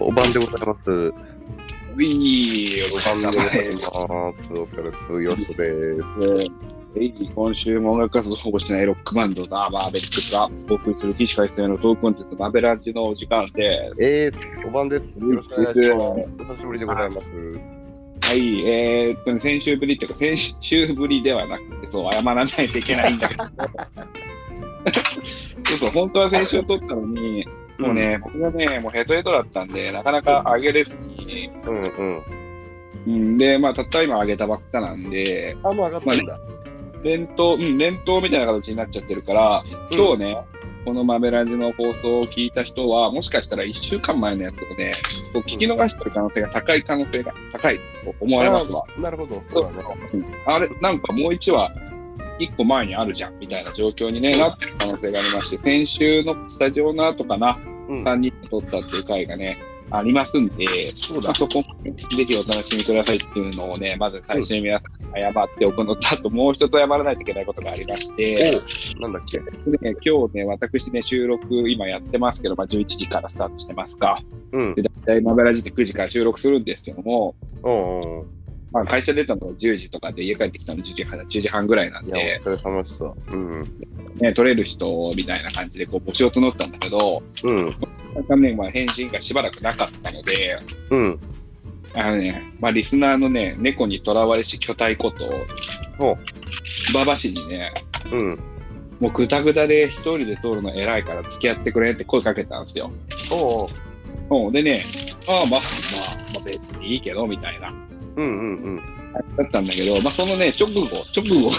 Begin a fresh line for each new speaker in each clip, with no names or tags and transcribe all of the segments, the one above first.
お晩でございます。お
ういー、お疲れ様です。
ます。お疲れ様です。よしです。
えー今週も音楽活動を保護しないロックバンド、ザ・マーベリックがお送りする起死回生のトークコンテンツ、マーベランチのお時間です。
えー、お晩です。よろしくお願いします。お久しぶりでございます。
はい、えーっとね、先週ぶりっていうか、先週ぶりではなくて、そう、謝らないといけないんだけど。 そうそう、本当は先週撮ったのに、もうね、僕がね、もうヘトヘトだったんで、なかなか上げれずに、
うんうん。
うん、で、まあ、たった今上げたばっかなんで、
あ、もう上がったんだ。
連投、うん、連投みたいな形になっちゃってるから、
うん
今日ね、このマメラジの放送を聞いた人は、もしかしたら1週間前のやつをね、こう聞き逃してる可能性が高い可能性が高いと思われますわ。
なるほど。そうだね。
うんあれ、なんかもう1話、1個前にあるじゃんみたいな状況に、ね、なってる可能性がありまして、先週のスタジオの後かな、
うん。
3人で撮ったっていう回がね、ありますんで、
そう
ま
だ
あ。そこもねぜひお楽しみくださいっていうのをね、まず最初に皆さんに謝っておくのと、あともう一つ謝らないといけないことがありまして、
おなんだっけ。
でね、今日ね、私ね、収録今やってますけど、まあ、11時からスタートしてますか。
うん。
で、大体マブラジって9時から収録するんですけども、
うんうんうん。
まあ、会社出たのが10時とかで、家帰ってきたの10時半、10時半ぐらいなん
いや
で、、
お疲れ様でした。うん。
ね、取れる人みたいな感じでこう募集を募ったんだけど、
うん。
なんかね、まあ、返信がしばらくなかったので、
うん。
あのね、まあ、リスナーのね、猫にとらわれし巨体こと、
ほう
馬場氏にね、
うん。
もうぐたぐたで一人で通るの偉いから付き合ってくれって声かけたんですよ。
おうおう。
うん、でね、ああ、まあまあ、まあ、別にいいけど、みたいな。
うんうんうん。
だったんだけど、まあ、そのね、直後、直後、よ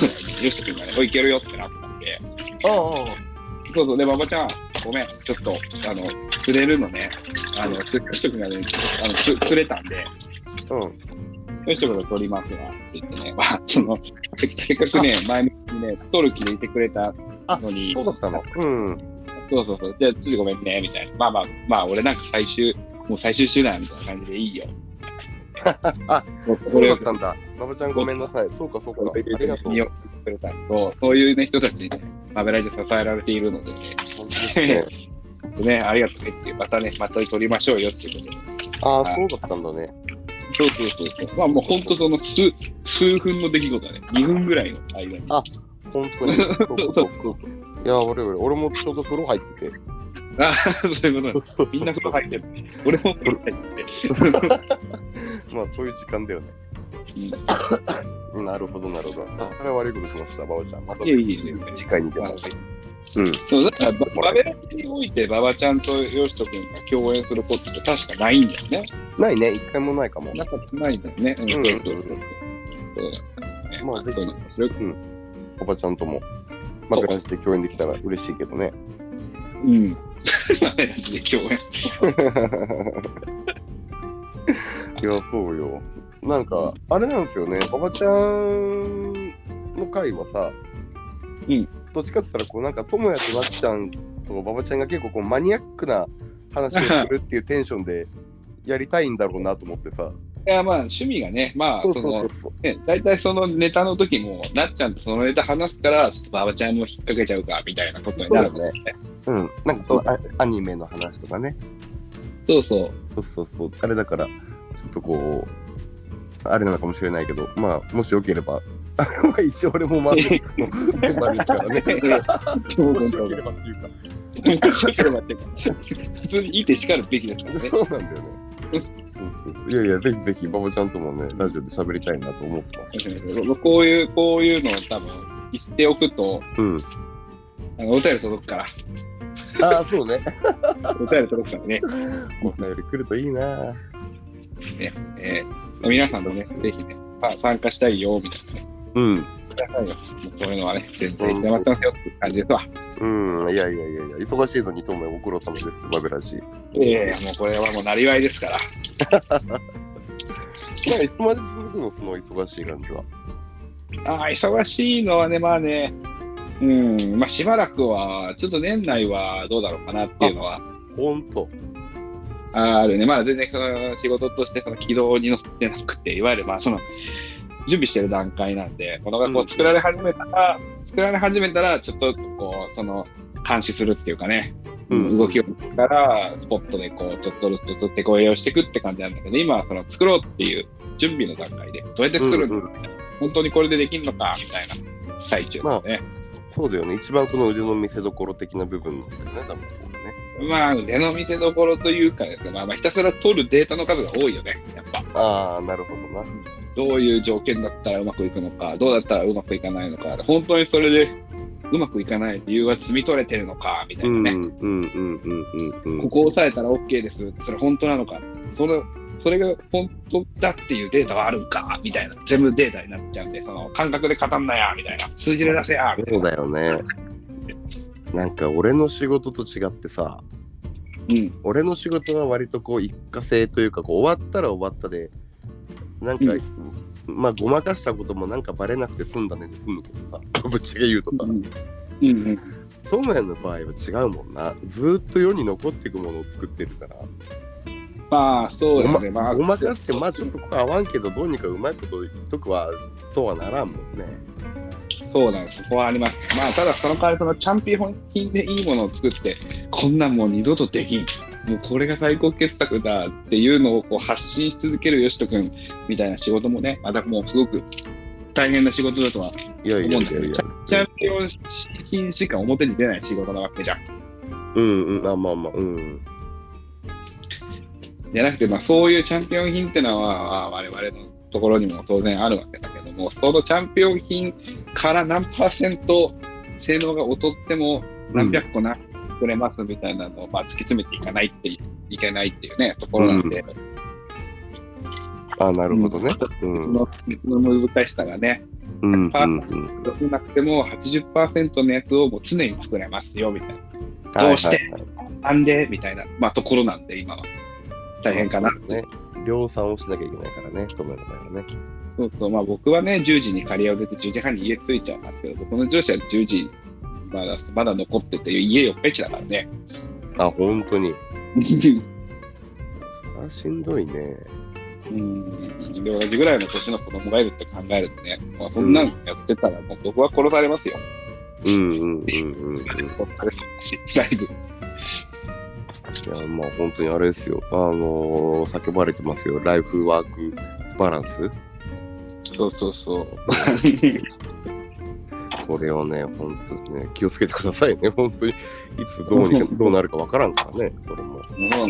しき君がね、おい、いけるよってなったんで、
おうおう。
そうそう、で、馬場ちゃん、ごめん、ちょっと、あの、釣れるのね、あの、つよしき君がね、あのつ釣れたんで、
うん。
よしとこ取りますわって言ってね、まあ、その、せせっかくね、前向きにね、取る気でいてくれた
あ
のに、
そうだったの。うん。
そうそうそう、じゃあ、ちょっとごめんね、みたいな。まあまあ、まあ、俺なんか最終、もう最終手段みたいな感じでいいよ。
あ、そ
そうれ
だ
を
ったんだ。まぶちゃんごめんなさい。そうかそうか。ありがとう。
くれたんですそう、そういうね、人たちにね、マベライで支えられているのでね、
本当ですね。
ね、ありがとうねっていう、またね、また取りましょうよっていうことで。
ああ、そうだったんだね。
そうそうそうそう。まあもう本当その数、数分の出来事ね、2分ぐらいの間に。
本当に。そう
そ
そうう
そう
いや、俺、俺、俺もちょうど風呂入ってて。
ああ、そういうことなんだ
そうそう
みんな風呂入ってる。俺も風呂入ってる。
まあ、 そういう時間だよね。なるほど、なるほど。あそれは悪いことしました、ばばちゃん。また
いやいいですね
次回にで
まあ
も。うん。
そうだから、ババベラにおいて、馬場ちゃんとヨシト君が共演することって確かないんだよね。
ないね、一回もないかも。
なかったないんだよね。うん
うん
そうそうそうそうだね。
まあぜひ
そうなんですよ。
おばちゃんとも。また感じで共演できたら嬉しいけどね。
うん。 マベラジで共演。
いや、そうよ。なんか、あれなんですよね、ばばちゃんの回はさ、
うん
どっちかって言ったら、こう、なんか、ともやとなっちゃんとばばちゃんが結構こうマニアックな話をするっていうテンションでやりたいんだろうなと思ってさ。
いや、まあ、趣味がね、まあ、
そう
そ
そうそ
の
う、そう。
ね、大体そのネタの時も、なっちゃんとそのネタ話すから、ちょっと馬場ちゃんも引っ掛けちゃうか、みたいなことになる
そうだ
ね。
うん。なんかそのアアニメの話とかね。
そうそう。
そうそうそう。あれだから、ちょっとこう、あれなのかもしれないけど、まあ、もしよければ、 まあ一応俺もマーベリックスのメンバーですからね。 もしよければっていうか。
普通にいてしかるべきだからね。
そうなんだよね。そうそうそういやいや、ぜひぜひ、馬場ちゃんともね、ラジオで喋りたいなと思ってます。
こういう、こういうのを多分言っておくと、
うん。
あのお便り届くか
ああ、そうね。
ら、お便り届くからね、
こんなより来るといいな。
えー皆さんもね、ぜひね、さ参加したいよ、みたいなね、
うん。
くださいよ。もうそういうのはね、全然してもらってますよっていう感じですわ。
うん。いやいやいやいや、忙しいのに、ともご苦労様です、バベラジ。
ええもうこれはもうなりわいですから。
まあ、いつまで続くの、その忙しい感じは。
ああ、忙しいのはね、まあね、うん、まあしばらくは、ちょっと年内はどうだろうかなっていうのは、
ほんと。
あるね、まあ、全然その仕事としてその軌道に乗ってなくて、いわゆるまあその準備してる段階なんで、この学
う
校
ん
作られ始めたら、作られ始めたら、ちょっとこうその監視するっていうかね、
うん
動きを見てから、スポットでこう、ちょっとずつちょっと手こ入れをしていくって感じなんだけど、今はその作ろうっていう準備の段階で、どうやって作るんだ、
うんうん
本当にこれでできるのかみたいな最中ですね。
そうだよね。一番この腕の見せ所的な部分なんだよね、多分そこがね。
まあ、腕の見せ所というかですね、まあ、まあひたすら取るデータの数が多いよね、やっぱ。
ああ、なるほどな。
どういう条件だったらうまくいくのか、どうだったらうまくいかないのか、本当にそれでうまくいかない理由は摘み取れてるのか、みた
う
い
ん、う、
なんね。
うん、うん、うん。
ここを押さえたら OK です。それ本当なのか。それそれが本当だっていうデータはあるんかみたいな全部データになっちゃうんでその感覚で語んなやみたいな数字で出せやみた
そ
いうな
だよね。なんか俺の仕事と違ってさ、
うん
俺の仕事は割とこう一過性というかこう終わったら終わったでなんか、
う
まあごまかしたこともなんかバレなくて済んだねで済むけどさ ぶっちゃけ言うとさ
うんうんうん
トムヤの場合は違うもんなずーっと世に残っていくものを作ってるから
まあそうですねまあ
ごまかしてまあちょっとここ合わんけどどうにかうまいこと言っとくはとはならんもんね
そうなんです。そこはあります。まあ、ただその代わり、そのチャンピオン品でいいものを作って、こんなんもう二度とできん。もうこれが最高傑作だっていうのをこう発信し続けるよしとくんみたいな仕事もね、またもうすごく大変な仕事だとは、
いやいやいや
思う
い
ん
や
だチャンピオン品しか表に出ない仕事なわけじゃん。
うんうんあまあまあうん
じゃなくて、まあ、そういうチャンピオン品ってのは、まあ我々のところにも当然あるわけだけども、そのチャンピオン品から何パーセント性能が劣っても、何百個なくれますみたいなのを、まあ、突き詰めていかないっていいけないっていうね、ところなんで、
あなるほどねうん
そのその難しさがね、
うんうんうん
良くなくても80%のやつをもう常に作れますよみたいな、どうしてなんでみたいな、まあ、ところなんで、今は。大変かな。
ね。量産をしなきゃいけないからね、トムヤの場合はね。
そうそう、まあ僕はね、10時に借りを出て10時半に家着いちゃうんですけど、僕の上司は10時、まだまだ残ってて、家4日市だからね。
あ、本当に。それはしんどいね。
うん、で同じぐらいの年の子供がいるって考えるとね、まあ、そんなのやってたら、もう僕は殺されますよ。
うんうんうんうんうん。い
殺され そうだし、ライブ。
や、まあ本当にあれですよ。あのー、叫ばれてますよ。ライフワークバランス。
そうそうそう。
これをね、本当にね、気をつけてくださいね。 本当に。いつどう にどうなるかわからんからね、それも。
そうなんそうなん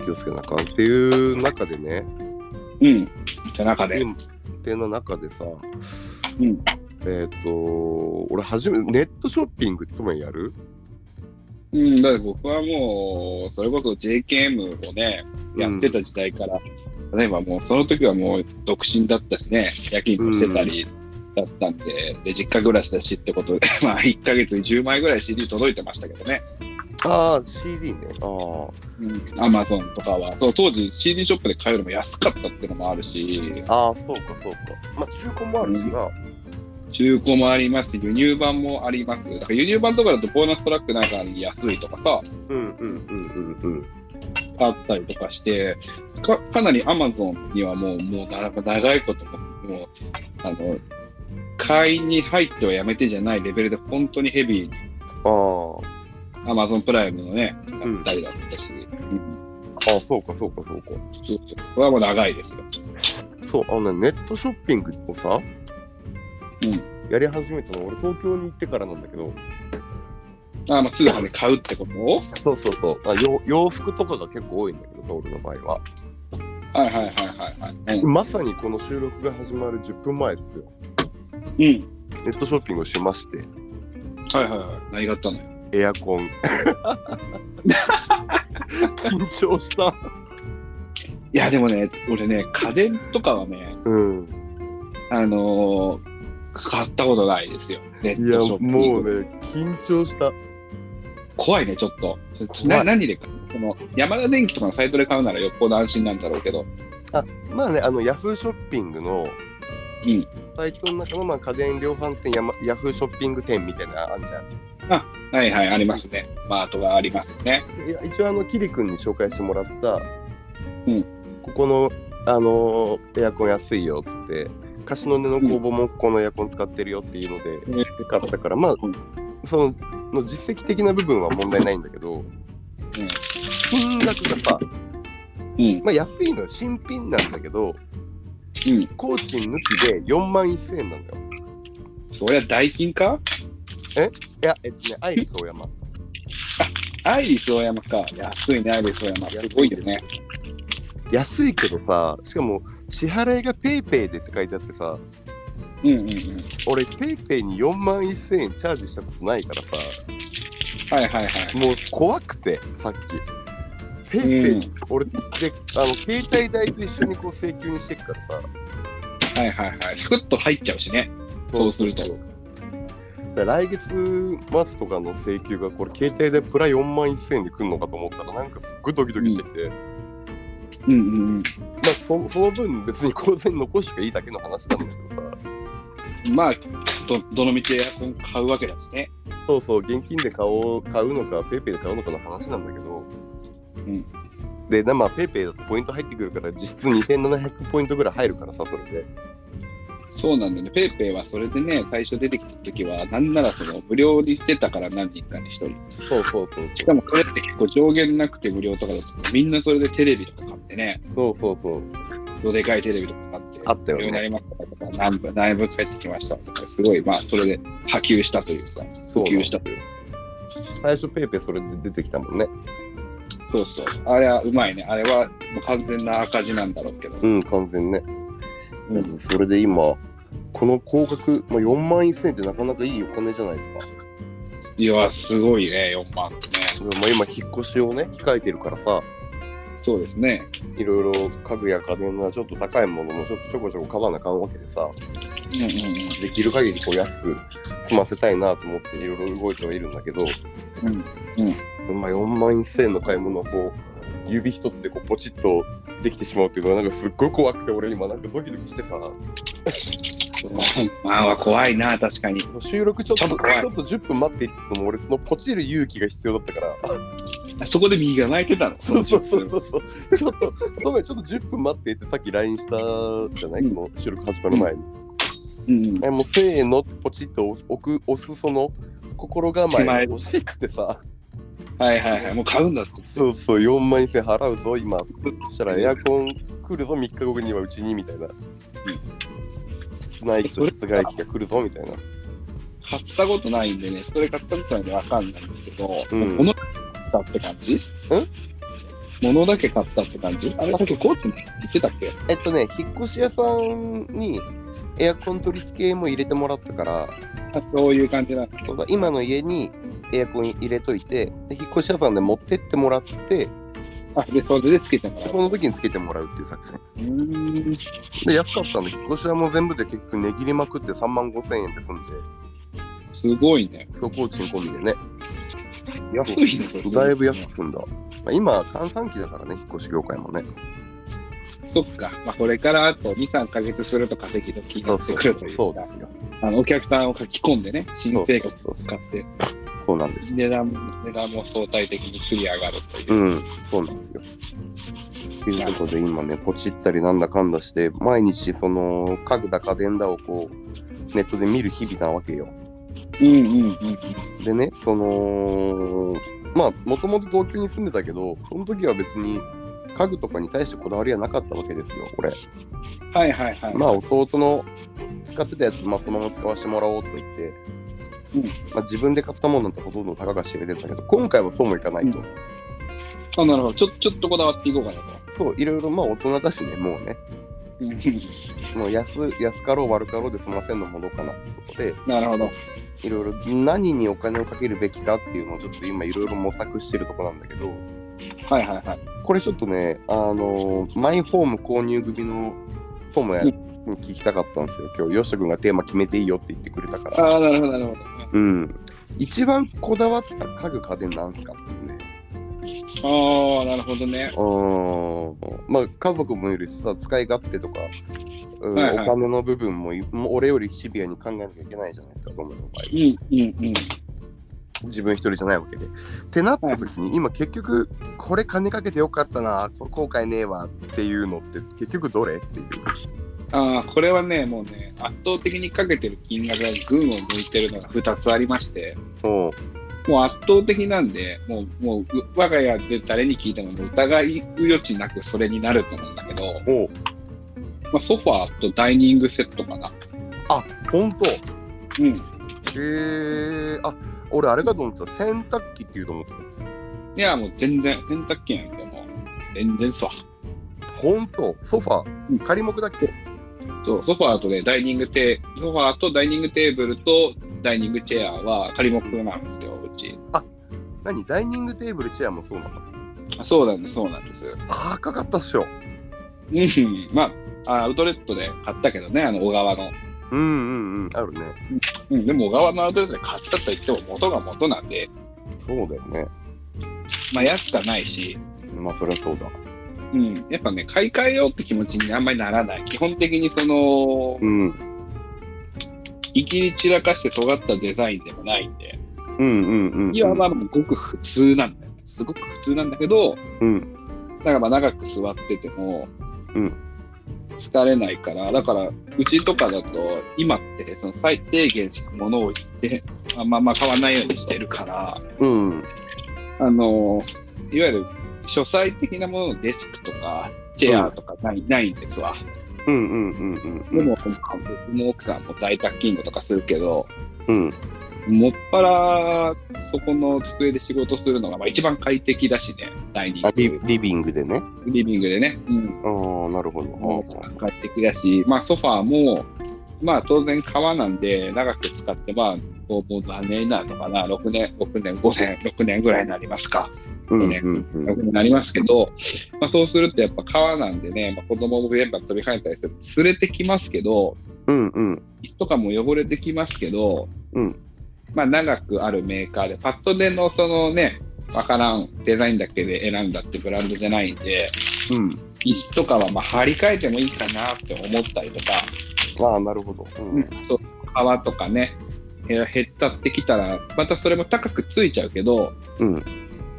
うん、気をつけなあかんっていう中でね、
うん。じゃ中で。
っての中でさ、
うん。
えっ、と、俺初め、ネットショッピングってともやる
うん、だって僕はもう、それこそ JKM をね、やってた時代から、例えばもう、その時はもう、独身だったしね、夜勤もしてたりだったんで、で、実家暮らしだしってことで、 まあ、1ヶ月に10枚ぐらい CD 届いてましたけどね。
ああ、CD ね。あ
アマゾンとかは、そう当時 CD ショップで買うよりも安かったってのもあるし、
あ、ああ、そうか、そうか。まあ、中古もあるしな。
中古もありますし、輸入版もあります。だから輸入版とかだとボーナストラックなんかに安いとかさ、
うんうんうんうんうん。
あったりとかして、かかなりアマゾンにはもう、もうな長いことも、もう、あの、買いに入ってはやめてじゃないレベルで、本当にヘビーに、
あ
アマゾンプライムのね、
う
買
ん
ったりだったし、うん、
あ、ああ、そうか、そうか、そうか。
そうそうこれはもう長いですよ。
そう、あのね、ネットショッピングをさ、やり始めたの、俺、東京に行ってからなんだけど、
あまあ通販で買うってことを
そうそうそう、あ洋洋服とかが結構多いんだけどさ、俺の場合は。
はいはいはいはいはい。
まさにこの収録が始まる10分前ですよ。
うん。うん
ネットショッピングをしまして、
はいはいはい。何があったのよ。
エアコン。緊張した。
いや、でもね、俺ね、家電とかはね、
うん。
あのー買ったことないですよ。ネ
い
ッ
や
トショッピング。
もうね緊張した
怖いね、ちょっと。そ
怖い
な何で買うその、山田電機とかのサイトで買うならよっぽど安心なんだろうけど。
まあねあのヤフーショッピングの
うん。
サイトの中のまあ家電量販店や、ま、ヤフーショッピング店みたいなのあんじゃん
はいはい、ありますね。マートがありますね。
いや一応あのキリ君に紹介してもらった、
うん
ここのあのーエアコン安いよっつって貸しの根の工房もこのエアコン使ってるよっていうので、
うん
買ったからまあ
うん
そのの実績的な部分は問題ないんだけど、金額がさ、
うん。
まあ、安いのよ新品なんだけど、
うん
工賃抜きで4万1000円なんだよ。
そりゃ代金か
いや、えっとね、アイリスオーヤマ。
アイリスオーヤマか。安いね、アイリスオーヤマ。すごいよね。
安いけどさ、しかも支払いが PayPay でって書いてあってさ、
うんうんうん。
俺 PayPay に4万1000円チャージしたことないからさ、
はいはいはい。
もう怖くて、さっき。PayPay
うん。
俺であの携帯代と一緒にこう請求にしてくからさ、
はいはいはい。スクッと入っちゃうしね。そうすると。
だから来月末とかの請求がこれ携帯でプラ4万1000円で来るのかと思ったらなんかすっごいドキドキしてきて、ま
うんうん
あそその分別に口座に残していいだけの話なんだけどさ
うん。まあ、ど、どのみちエアコン買うわけだしね。
そうそう現金で買おう買うのかペイペイで買うのかの話なんだけど、
ん
でなまあペイペイだとポイント入ってくるから実質2700ポイントぐらい入るからさそれで
そうなんだよね。ペイペイはそれでね、最初出てきた時は、なんならその、無料にしてたから何人かに一人。
そうそうそう
しかもこれって結構上限なくて無料とかだと、みんなそれでテレビとか買ってね、
そうそうそう
どでかいテレビとか買って、
あったよね
無料になりましたとか、何部、何部使ってきましたとか、すごい、まあ、それで波及したというか、普
そうなんで
及
す
した
よ最初ペイペイそれで出てきたもんね
そうそう。あれはうまいね。あれはもう完全な赤字なんだろうけど。
うん完全ね
うん
それで今、この高額、まあ、4万1000円ってなかなかいいお金じゃないですか。
いや、すごいね、4万ね。
まあ、今、引っ越しをね、控えてるからさ、
そうですね。
いろいろ家具や家電がちょっと高いものもちょっとちょこちょこ買わなあかんわけでさ、
うんうんう
できる限りこう安く済ませたいなと思っていろいろ動いてはいるんだけど、
うん
まあ、4万1000円の買い物をこう、指一つでこうポチッとできてしまうっていうのは、なんかすっごい怖くて、俺今なんかドキドキしてさ、
ん。まあ、怖いな、確かに。
収録ちょっと、
ち
ちょ
ょっと怖い
っと10分待っていって言っても、俺そのポチる勇気が必要だったから、
あそこで右が泣いてたの。
そうそうそうそうそう。ちょっと、そのちょっと10分待ってってさっき LINE したじゃない、
うん
この収録始まる前に。
うんうん。
えもうせーのってポチッと押す置く押すその心構えが欲しくてさ、
はいはいはい。もう買うんだって。
そうそう、4万円払うぞ、今。そしたらエアコン来るぞ、3日後にはうちにみたいな。室内機と室外機が来るぞみたいな。
買ったことないんでね、それ買ったことないんでわかんないんですけど、
うん
物だけ買ったって感じ物だけ買ったって感じあれ、
あ
ちょっとコーチに言ってたっけ
えっとね、引っ越し屋さんにエアコン取り付けも入れてもらったから、
あそういう感じなんだ。
そうだ今の家にエアコン入れといてで引っ越し屋さんで持ってってもらって
あ、で、それでつけてもらう
そ。の時につけてもらうっていう作戦
うーん。
で安かったんで引っ越し屋も全部で結局値切りまくって3万5千円で済んです
ごいね。
総工賃込みでね
安いね、これ
だいぶ安く済んだ、まあ、今閑散期だからね引っ越し業界もね
そっか。まあ、これからあと2、3ヶ月すると稼ぎ時に
そ
な
う
って
そう
く
そ
るといううか、
そうですよ
あのお客さんを書き込んでね、新生活
そうそう
使
そう
って、
そうなんです
値段も、値段も相対的に繰り上がるという。
うんそうなんですよということで今ねポチったりなんだかんだして毎日その家具だ家電だをこうネットで見る日々なわけよ
うんうんうん
でね、その、まあ、もともと東京に住んでたけど、その時は別に家具とかに対してこだわりはなかったわけですよ、これ。
うん。はいはいはい。
まあ、弟の使ってたやつ、まあ、そのまま使わせてもらおうと言って、
うん
まあ、自分で買ったものなんてほとんど高が知れてたけど、今回はそうもいかないと。
うあ、なるほど。ちょ、ちょっとこだわっていこうかなと。
そう、いろいろ、まあ、大人だしね、もうね、
うん
もう安安かろう悪かろうで済ませんのもどうかなってことで、
なるほど。
いろいろ何にお金をかけるべきかっていうのをちょっと今いろいろ模索してるとこなんだけど、
はいはいはい。
これちょっとね、あのーマイホーム購入組の友也に聞きたかったんですよ、今日、よしと君がテーマ決めていいよって言ってくれたから。
ああ、なるほどなるほど。
うん。一番こだわった家具家電なんすかっていうね。
ああ、なるほどね。
うーん。まあ、家族もいるしさ、使い勝手とか、うん
はいはい
お金の部分もいもう俺よりシビアに考えなきゃいけないじゃないですか、友也の場
う
合。
んうんうん。
自分一人じゃないわけで。ってなった時に、今結局、これ金かけてよかったな、これ後悔ねえわっていうのって、結局どれっていう。
ああ、これはね、もうね、圧倒的にかけてる金額が群を抜いてるのが2つありまして、
おう
もう圧倒的なんで、もう、もう、う我が家で誰に聞いても疑い余地なくそれになると思うんだけど、
おう
まあ、ソファーとダイニングセットかな。
あ本当
うん。
へえあ俺あれかと思ってた洗濯機っていうと思って
いや、もう全然、洗濯機なんやけども、全然ソフ
た本当ソファ
うん
ー仮木だっけ
ァ。そう、ソファーとね、ダイニングテー、ソファーとダイニングテーブルとダイニングチェアは仮木なんですよ、うち。
何ダイニングテーブルチェアもそうなの
あそうなんです、そうなんです。
高かったっしょ
うん、まあ、あアウトレットで買ったけどね、あの、小川の。
うんうんうんあるね
うん、でも小川のアウトレットで買ったと言っても元が元なんで、
そうだよね
まあ、安くないし、
まあそりゃそうだ
うん、やっぱね、買い替えようって気持ちにあんまりならない。基本的にその、
うん
いきり散らかして尖ったデザインでもないんで、
うんうんうん
いわばごく普通なんだよね。すごく普通なんだけど、
うん
だからまあ長く座ってても、
うん
疲れないから、だから、うちとかだと、今って、その最低限しか物を置いて、あんまあまあ買わないようにしてるから、
うん
あのいわゆる書斎的なもののデスクとか、チェアとかない,、ん、ないんですわ。
うんうんうんうん
でも、僕も奥さんも在宅勤務とかするけど、
うん
もっぱらそこの机で仕事するのがまあ一番快適だしね、ダイニン
あリ
グ、
リビングでね
リビングでね。うん
ああなるほど
快適だし、まあ、ソファーも、まあ、当然革なんで長く使って、まあ、もうもう何年になるのかな6年6年5年6年ぐらいになりますか
うんう
うんん
うん
6年になりますけど、まあ、そうするとやっぱ革なんでね、まあ、子供も全部飛び跳ねたりする連れてきますけど
うんうん
椅子とかも汚れてきますけど、
うん
まあ、長くあるメーカーでパッとでのそのねわからんデザインだけで選んだってブランドじゃないんで
うん
椅子とかはまあ張り替えてもいいかなって思ったりとか
ああなるほどうん
そう川とかねへ減ったってきたらまたそれも高くついちゃうけど
うん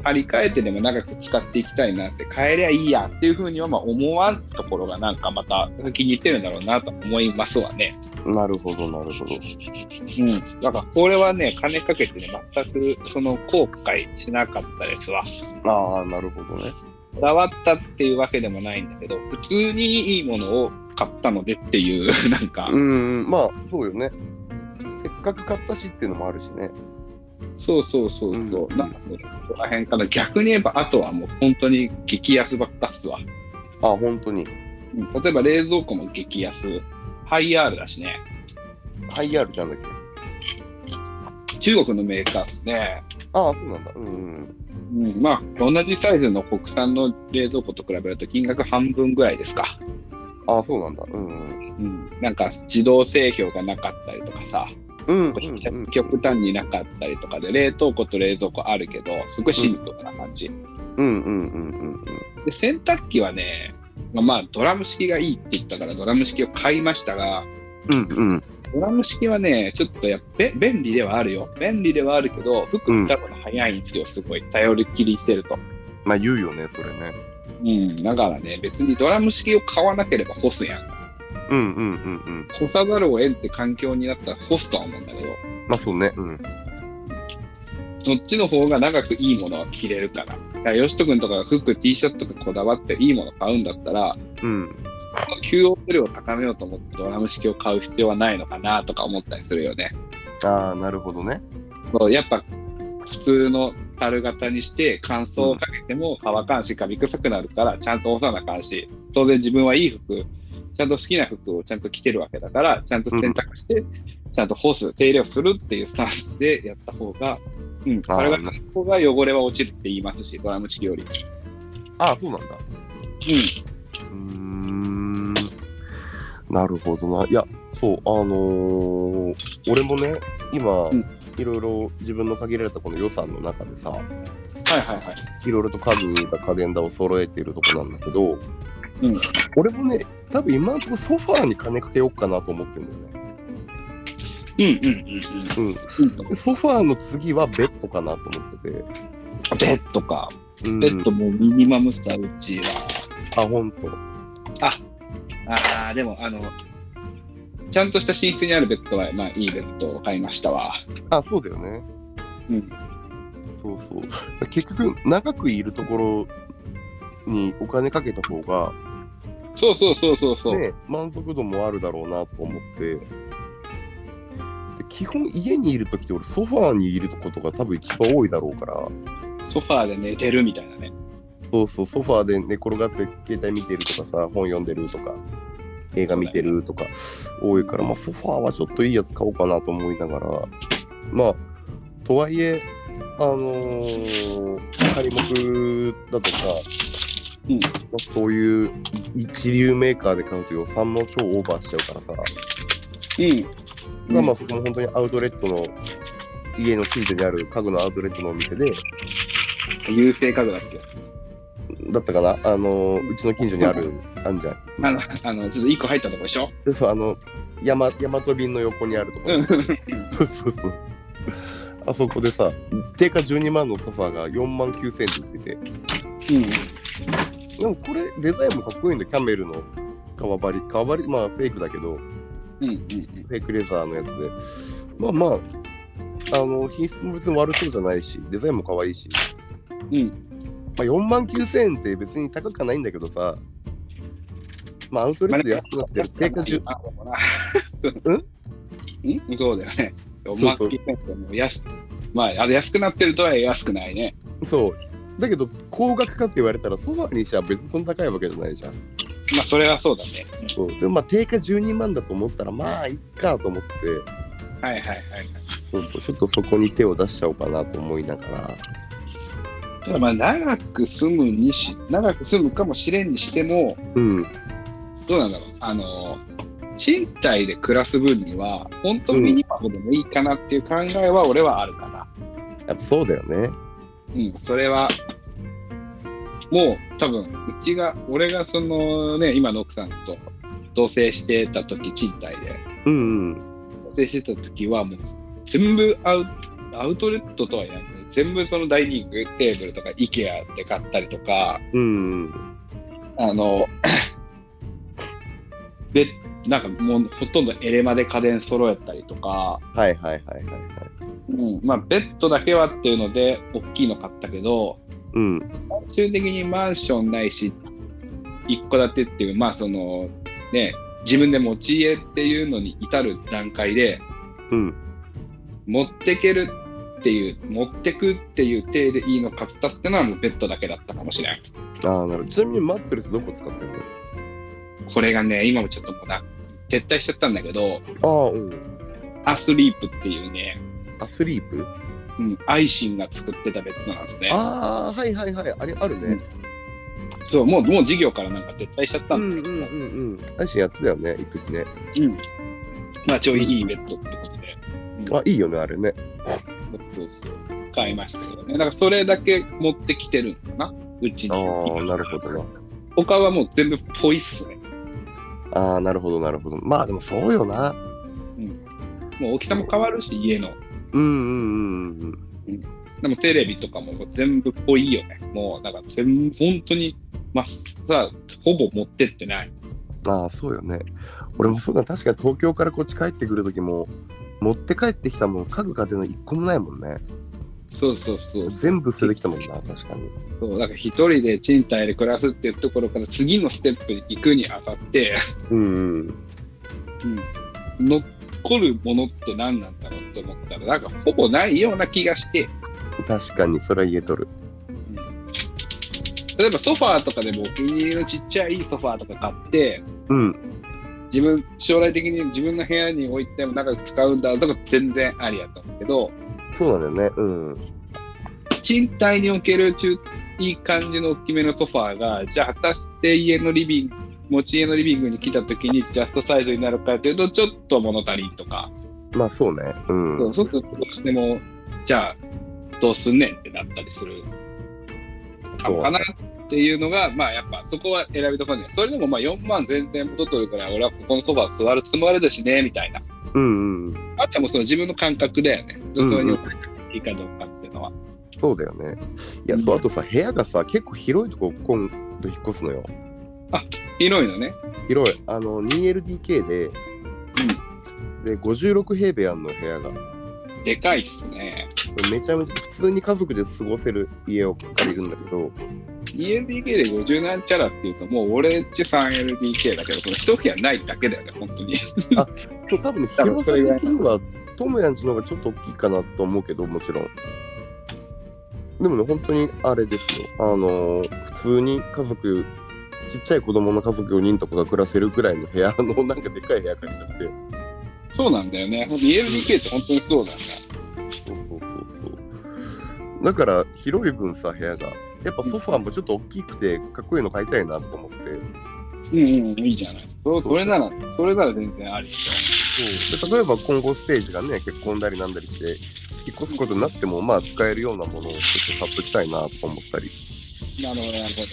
張り替えてでも長く使っていきたいなって変えりゃいいやっていうふうにはまあ思わんところがなんかまた気に入ってるんだろうなと思いますわね、
なるほどなるほど
うん、だからこれはね金かけてね全くその後悔しなかったですわ
ああなるほどね
こだわったっていうわけでもないんだけど普通にいいものを買ったのでっていうなんか、
うんまあそうよねせっかく買ったしっていうのもあるしね
そうそうそうそう、
うん
なんかねそこら辺から逆に言えばあとはもう本当に激安ばっかっすわ、
あ本当に
うん例えば冷蔵庫も激安ハイアールだしね
ハイアールなんだっけ
中国のメーカーですね、
ああそうなんだうん
うん、まあ同じサイズの国産の冷蔵庫と比べると金額半分ぐらいですか、
ああそうなんだうん
うん、なんか自動製氷がなかったりとかさ
うん
極端になかったりとかで冷凍庫と冷蔵庫あるけどすごいシンプルな感じ、
うんうんうんうん
で洗濯機はね、まあ、まあドラム式がいいって言ったからドラム式を買いましたが
うんうん
ドラム式はねちょっとやっべ便利ではあるよ便利ではあるけど服見たの早いんですよすごい頼りっきりしてると、
まあ言うよねそれね
うん、だからね別にドラム式を買わなければ干すやん
うんうんうんうん
干さざるを得んって環境になったら干すとは思うんだけど
まあそうねうん
そっちの方が長くいいものは着れるからだからよしとくんとかが服 T シャツとかこだわっていいもの買うんだったら
うん
その QO 量を高めようと思ってドラム式を買う必要はないのかなとか思ったりするよね。
ああなるほどね
そうやっぱ普通の樽型にして乾燥をかけても乾かんしカビ臭くなるからちゃんと干さなあかんし当然自分はいい服ちゃんと好きな服をちゃんと着てるわけだからちゃんと洗濯してちゃんと干す手入れをするっていうスタンスでやった方が、うん、
あー
樽型の方が汚れは落ちるって言いますしドラム式より。う
ああそうなんだ
ん
うーんなるほどな。いや、そう、あのー俺もね、今、
うん
いろいろ自分の限られたこの予算の中でさ、
はいはいはい。
いろいろと家具だ家電だを揃えているとこなんだけど、
うん
俺もね、多分今のところソファーに金かけようかなと思ってるんだよね。
うんうんうんうん。うん、
ソファーの次はベッドかなと思ってて。
ベッドか。
うん
ベッドもミニマムスターうちは。
あ、ほんと。
あああ、でも、あの、ちゃんとした寝室にあるベッドは、まあ、いいベッドを買いましたわ。
あ、そうだよね。
うん。
そうそう。結局、長くいるところにお金かけた方が、
そうそうそうそうそう。
ね、満足度もあるだろうなと思って。で基本家にいるときって俺ソファーにいることが多分一番多いだろうから
ソファーで寝てるみたいなね。
そうそうソファーで寝転がって携帯見てるとかさ本読んでるとか映画見てるとか多いから、まあ、ソファーはちょっといいやつ買おうかなと思いながらまあとはいえあのー、仮目だとか、
うん
まあそういうい一流メーカーで買うと予算も超オーバーしちゃうからさ、
うん。
まあまあそこも本当にアウトレットの家の近所にある家具のアウトレットのお店で
優勢家具だっけ
だったかなあのーうちの近所にあるあんじゃん
あの、あの、ちょっと1個入ったとこでしょ
でそうあの山山と便の横にあるとこ
うん。
そうそうそうあそこでさ定価12万のソファーが4万9000円で売っててでもこれデザインもかっこいいんだよキャメルの革張り革張りまあフェイクだけど
うん。うん。
フェイクレザーのやつでまあまああの品質も別に悪そうじゃないしデザインも可愛いし、
うん。
まあ、4万9000円って別に高くはないんだけどさまあアウトレットで安くなってる定価10
あ、ほら。うんそうだよね。
う
マッキーペンってもう安まあ、あの安くなってるとは安くないね。
そうだけど高額かって言われたらソファーにしちゃ別にそんな高いわけじゃないじゃん
まあ、それはそうだね。
そうでもまあ定価12万だと思ったらまあいっかと思って
はいはいはい。
そうそうちょっとそこに手を出しちゃおうかなと思いながら
ただまあ、長く住むにし、長く住むかもしれんにしても、
うん
どうなんだろう。あの、賃貸で暮らす分には、本当ミニマムでもいいかなっていう考えは俺はあるかな。
やっぱそうだよね
うん、それは、もう多分、うちが、俺がそのね、今の奥さんと同棲してた時、賃貸で、
うんうん
同棲してた時は、もう全部アウアウトレットとは言わないけど全部そのダイニングテーブルとか、IKEA で買ったりとか、
うん
あの、 で、なんかもうほとんどエレマで家電揃えたりと
は
か、
いはいはいはいはい
うん、まあベッドだけはっていうので、大きいの買ったけど、
うん
最終的にマンションないし一戸建てっていうまあそのね自分で持ち家っていうのに至る段階で
うん
持ってけるっていう持ってくっていう体でいいの買ったってのはもうベッドだけだったかもしれん
ああなるほどちなみにマットレスどこ使ってる
これがね今もちょっともうな撤退しちゃったんだけど
のああうん
アスリープっていうね、
アスリープ
うん、アイシンが作ってたベッドなんですね
ああはいはいはいあれあるね
そうもうもう事業からなんか撤退しちゃった
うんん
だ
うん
け
う
ど、
んうん大志やってたよね一時ね
うんまあちょいいいベッドってことで
あいいよねあれね
そうそう買いましたけどね。だからそれだけ持ってきてるんかな、うちに。
ああなるほどな
他はもう全部ポイっすね。
ああなるほどなるほどまあでもそうよな
もう大きさも変わるし、家の。
うんうんうんうんうん
でもテレビとかももう全部ポイよね。もうだから全部本当に、まあさ、ほぼ持ってってない。
ああそうよね俺もそうだ確かに東京からこっち帰ってくる時も持って帰ってきたもん家具家電の一個もないもんね
そうそうそうそう。
全部捨ててきたもんな確かに
そうだから一人で賃貸で暮らすっていうところから次のステップに行くにあたって、
うんうん
うん、残るものって何なんだろうって思ったら、なんかほぼないような気がして、
確かにそれは言えとる
例えばソファーとかでもお気に入りのちっちゃいソファーとか買って
うん
自分将来的に自分の部屋に置いても長く使うんだとか全然ありやと思うけど
そうなんだよねうん
賃貸に置ける中いい感じの大きめのソファーがじゃあ果たして家のリビング持ち家のリビングに来た時にジャストサイズになるかというとちょっと物足りんとか、
まあそうねうん
そうそうするとどうしてもじゃあどうすんねんってなったりするか
そう
かなっていうのが、まあやっぱそこは選びとこね。それでもまあ4万全然戻っとるから、俺はここのそば座るつもりだしね、みたいな。
うんうん
あとはもうその自分の感覚だよね。女装
うんう
に
ん
いいかどうかっていうのは。
そうだよねいやそうあとさ部屋がさ結構広いとこ今度引っ越すのよ
広いのね。
広い。あの、2LDK で、で、56平米あんの部屋が。
うん。でかいっすね。
めちゃめちゃ普通に家族で過ごせる家を借りるんだけど、
ELDK で50なんちゃらっていうと、もう俺んち 3LDK だけど、その一部屋ないだけだよね、本当に。
そう多分ね
多分
広さ
それぐらい
的には、トモヤんちの方がちょっと大きいかなと思うけど、もちろん。でもね、本当にあれですよ。あのー普通に家族、ちっちゃい子供の家族4人とかが暮らせるぐらいの部屋 の、なんかでかい部屋借りちゃって。
そうなんだよね。ほんと ELDK って本当にそうだよね。
そうそうそうそう。だから、広い分さ、部屋が。やっぱソファーもちょっと大きくて、かっこいいの買いたいなと思って。
うんうん、いいじゃない。そそれなら、それなら全然あり。
で例えば今後ステージがね結婚だりなんだりして引っ越すことになってもまあ使えるようなものをちょっと買っときたいなと思ったり
なるほど、なるほど。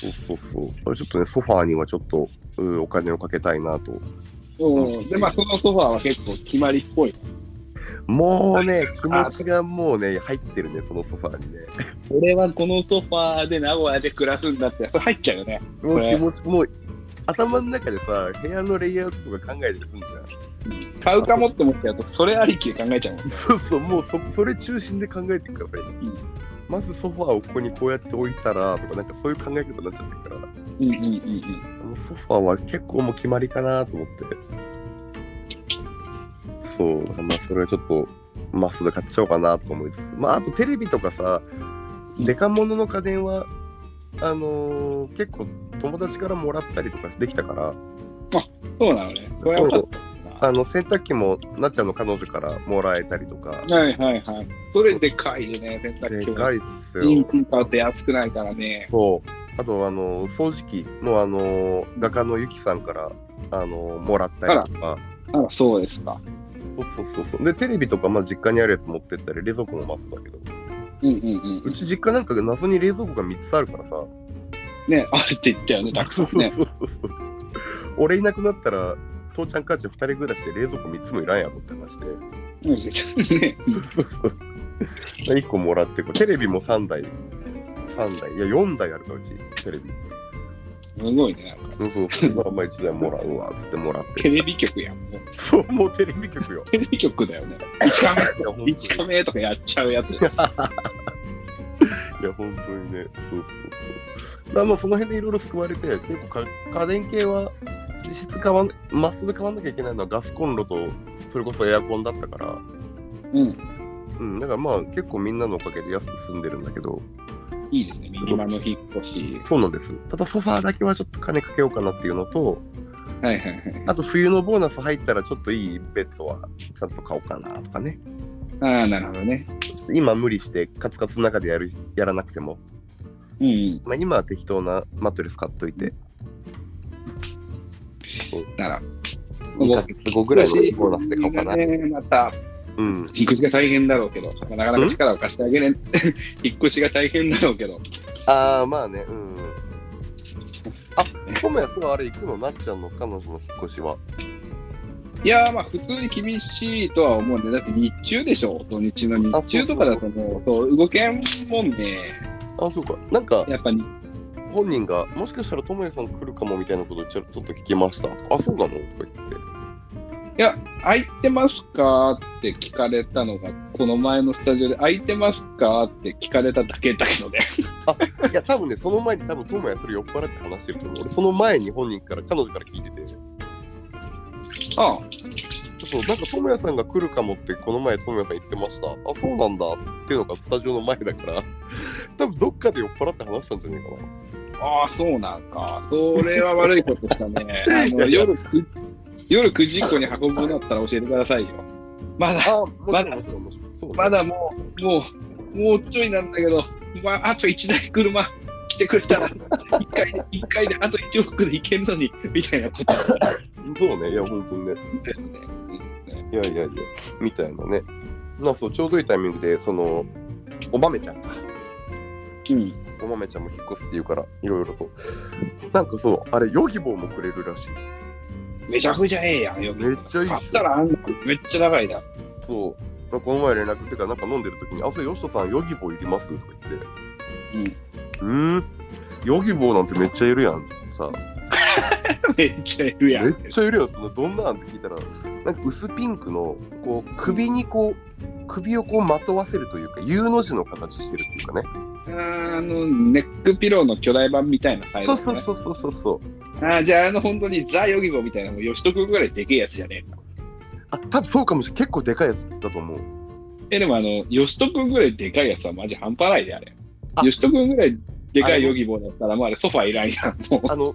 そうそうそうこれちょっとねソファーにはちょっとうんお金をかけたいなと
そうで、まあ、そのソファーは結構決まりっぽい。
もうね気持ちがもうね入ってるねそのソファーにね
俺はこのソファーで名古屋で暮らすんだって、それ入っちゃうよね。
もう
これ
気持ちもう頭の中でさ部屋のレイアウトとか考えてすんじゃ
買うかもって思っちゃうと、それありきで考えちゃうもん。
んそうそうもうそそれ中心で考えてください、
ん
まずソファーをここにこうやって置いたらとかなんかそういう考え方になっちゃってるから
うんうんうんうん。
このソファーは結構もう決まりかなと思って。そう、だからまあそれはちょっと、まあそれ買っちゃおうかなと思いつつ、まああとテレビとかさ、デカモノの家電は、あのー結構友達からもらったりとかできたから、
そうなのね。これはよかっ
あの洗濯機もなっちゃんの彼女からもらえたりとか、
た。はいはいはい。それでかいよね、洗濯
で
機
か
は。
いっす
新
よ。
品買うと安くないからね。
そう。あと、あのー掃除機も、あのー画家のゆきさんから、あのーもらったりとか。
あら、そうですか。
そうそうそうそう。で、テレビとか、まあ、実家にあるやつ持ってったり、冷蔵庫もまあそうだけど、
うんうんうんう。
うんち実家なんか謎に冷蔵庫が3つあるからさ、
ね、あるって言ったよね、たく
そう
さ
そ
ん
う
ね。
そうそう。俺いなくなったら、父ちゃん母ちゃん2人暮らしで冷蔵庫3つもいらんやろって話で、
うん ね
そうそう。1個もらってこう、テレビも3台、3台、いや、4台あるから、うち、テレビ。
すごいね。なんか
そうそうそう。まあ、まあ1台もらうわ、つってもら って。
テレビ局やん。もう
そう、もうテレビ局よ。
テレビ局だよね。1カメ
いや、本当に。
1カメとかやっちゃうやつ。
いや、本当にね、そうそうそう。だからまあその辺でいろいろ救われて、結構か家電系は実質買わん、マストで買わなきゃいけないのはガスコンロと、それこそエアコンだったから、
うん。
うん、だからまあ結構みんなのおかげで安く済んでるんだけど、
いいですね。ミニマの引っ越し。
そうなんです。ただソファーだけはちょっと金かけようかなっていうのと、
はいはいはい。
あと冬のボーナス入ったらちょっといいベッドはちゃんと買おうかなとかね。
ああ、なるほどね。
今無理してカツカツの中でやる、やらなくても、
うん。
まあ今は適当なマットレス買っといて、
なら、
2ヶ月後ぐらいのボーナスで買おうかな。
ね、また、
うん。
引っ越しが大変だろうけど、まあなかなか力を貸してあげれん。 引っ越しが大変だろうけど、
ああ、まあね、うん。あ、トモヤすぐあれ行くのなっちゃんの彼女の引っ越しは。
いやー、まあ、普通に厳しいとは思うんで、だって日中でしょ、土日の日中とかだともう、
あそうそうそう
そう動けんもんね、
あ、そうか。なんか
やっぱり、
本人が、もしかしたらトモヤさん来るかもみたいなことをちょちょっと聞きました。あ、そうなのとか言ってて。
空いてますかって聞かれたのが、この前のスタジオで、空いてますかって聞かれただけだけどね。
いや、多分ね、その前に多分トモヤそれ酔っ払って話してると思う。俺、その前に本人から、彼女から聞いてて。
ああ、
そう、なんかトモヤさんが来るかもって、この前トモヤさん言ってました。あ、そうなんだ。っていうのがスタジオの前だから、多分どっかで酔っ払って話したんじゃないかな。
ああ、そうなんか。それは悪いことした ね。あ
い
の
やいや
夜く夜9時以降に運ぶんだったら教えてくださいよ。まだ、
あ、もちろん、もちろん、もちろん。そうね
まだもう、もう、もうちょいなんだけど、まあ、あと1台車来てくれたら、1回 で、一回で、あと1往復で行けるのに、みたいなこと
そうね、いや、本当にね。
ですね。
いやいやいや、みたいなね。なそうちょうどいいタイミングで、その、お豆ちゃんか。
うん。
お豆ちゃんも引っ越すっていうから、いろいろと。なんかそう、あれ、ヨギボーもくれるらしい。
めちゃくちゃええやん、よ
めっちゃいいっしょ
買ったらあんのめっちゃ長いな。
そう。なんかこの前連絡っていうか、なんか飲んでる時に、あ、それ、ヨシトさん、ヨギボーいりますとか言って。うん。ヨギボーなんてめっちゃいるやん。さ、
めっちゃいるや
め
ん。
っちゃいるよ、そのどんなんって聞いたら、なんか薄ピンクの、こう、首にこう、首をこうまとわせるというか、U の字の形してるっていうかね。
あーあの、ネックピローの巨大版みたいなサイズ、
そう
ね。
そうそうそうそうそう。
あーじゃあ、あの、本当にザ・ヨギボーみたいなの、吉徳ぐらいでけえやつじゃねえか。
あ、多分そうかもしれない。結構でかいやつだと思 う。
え、でもあの、吉徳ぐらいでかいやつはマジ半端ないで、あれ。
あ
吉徳ぐらいでか
あれ
い
ね
ヨギボーだったら、もうあれソファいらんやん。も う
あの、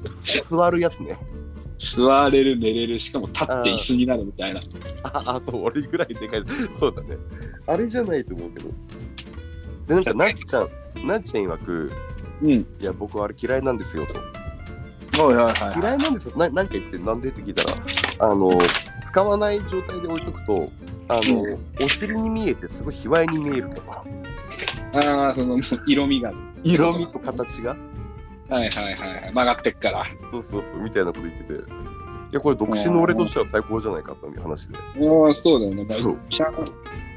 座るやつね。
座れる、寝れる、しかも立って椅子になるみたいな。
あ、あ、そう、俺ぐらいでかい。そうだね。あれじゃないと思うけど。で、なんか、なっちゃん、なっちゃん曰く、
うん。
いや、僕はあれ嫌いなんですよと。
はいはいは
嫌いなんですよ。ななんか言って、なんでって聞いたら、あの、使わない状態で置いとくと、あの、
う
お尻に見えて、すごい卑猥に見えるとか、
ああ、その、もう色味が。は
色味と形が、
いはいはい。曲がってっから。
そうそうそう、みたいなこと言ってて、いや、これ、独身の俺としては最高じゃないかっていう話で、
ああ、そうだよね。まあ
そう
ちゃん、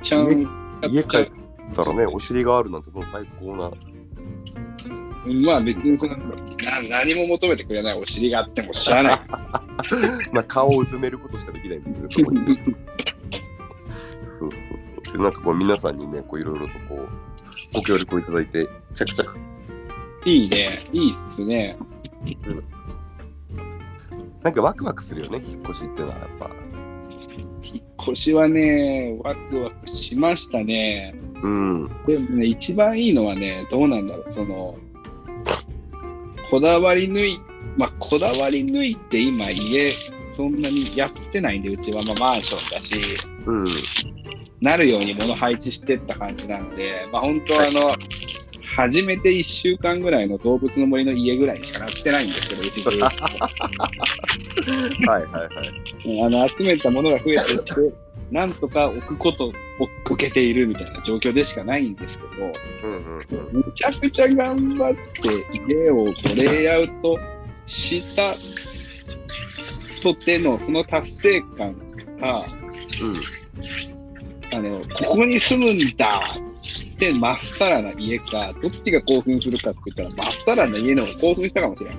ちゃん、
家帰ったらね、お尻があるなんて、もう最高な、
まあ別にそのな何も求めてくれないお尻があっても知らない。
まあ、顔をうずめることしかできないんです けど、そこにそうそうそう。で、なんかこう、皆さんにね、こう、いろいろとこう、ご協力をいただいて、着々
いいね。いいっすね。
なんかワクワクするよね、引っ越しってのはやっぱ。
引っ越しはね、ワクワクしましたね。
うん。
でもね、一番いいのはね、どうなんだろう。その、こだわり抜い、まあこだわり抜いて今家、そんなにやってないんで、うちはまあマンションだし、
うん。
なるように物配置してった感じなんで、まあ、本当はあの、初めて1週間ぐらいの動物の森の家ぐらいにしかなってないんですけど、うちで
はいはいはい。
あの集めたものが増えてって、なんとか置くこと、置けているみたいな状況でしかないんですけど、
うんうん。
むちゃくちゃ頑張って家をこうレイアウトしたとての、その達成感が、あの、ここに住むんだって、まっさらな家か、どっちが興奮するかって言ったら、まっさらな家の方が興奮したかもしれない。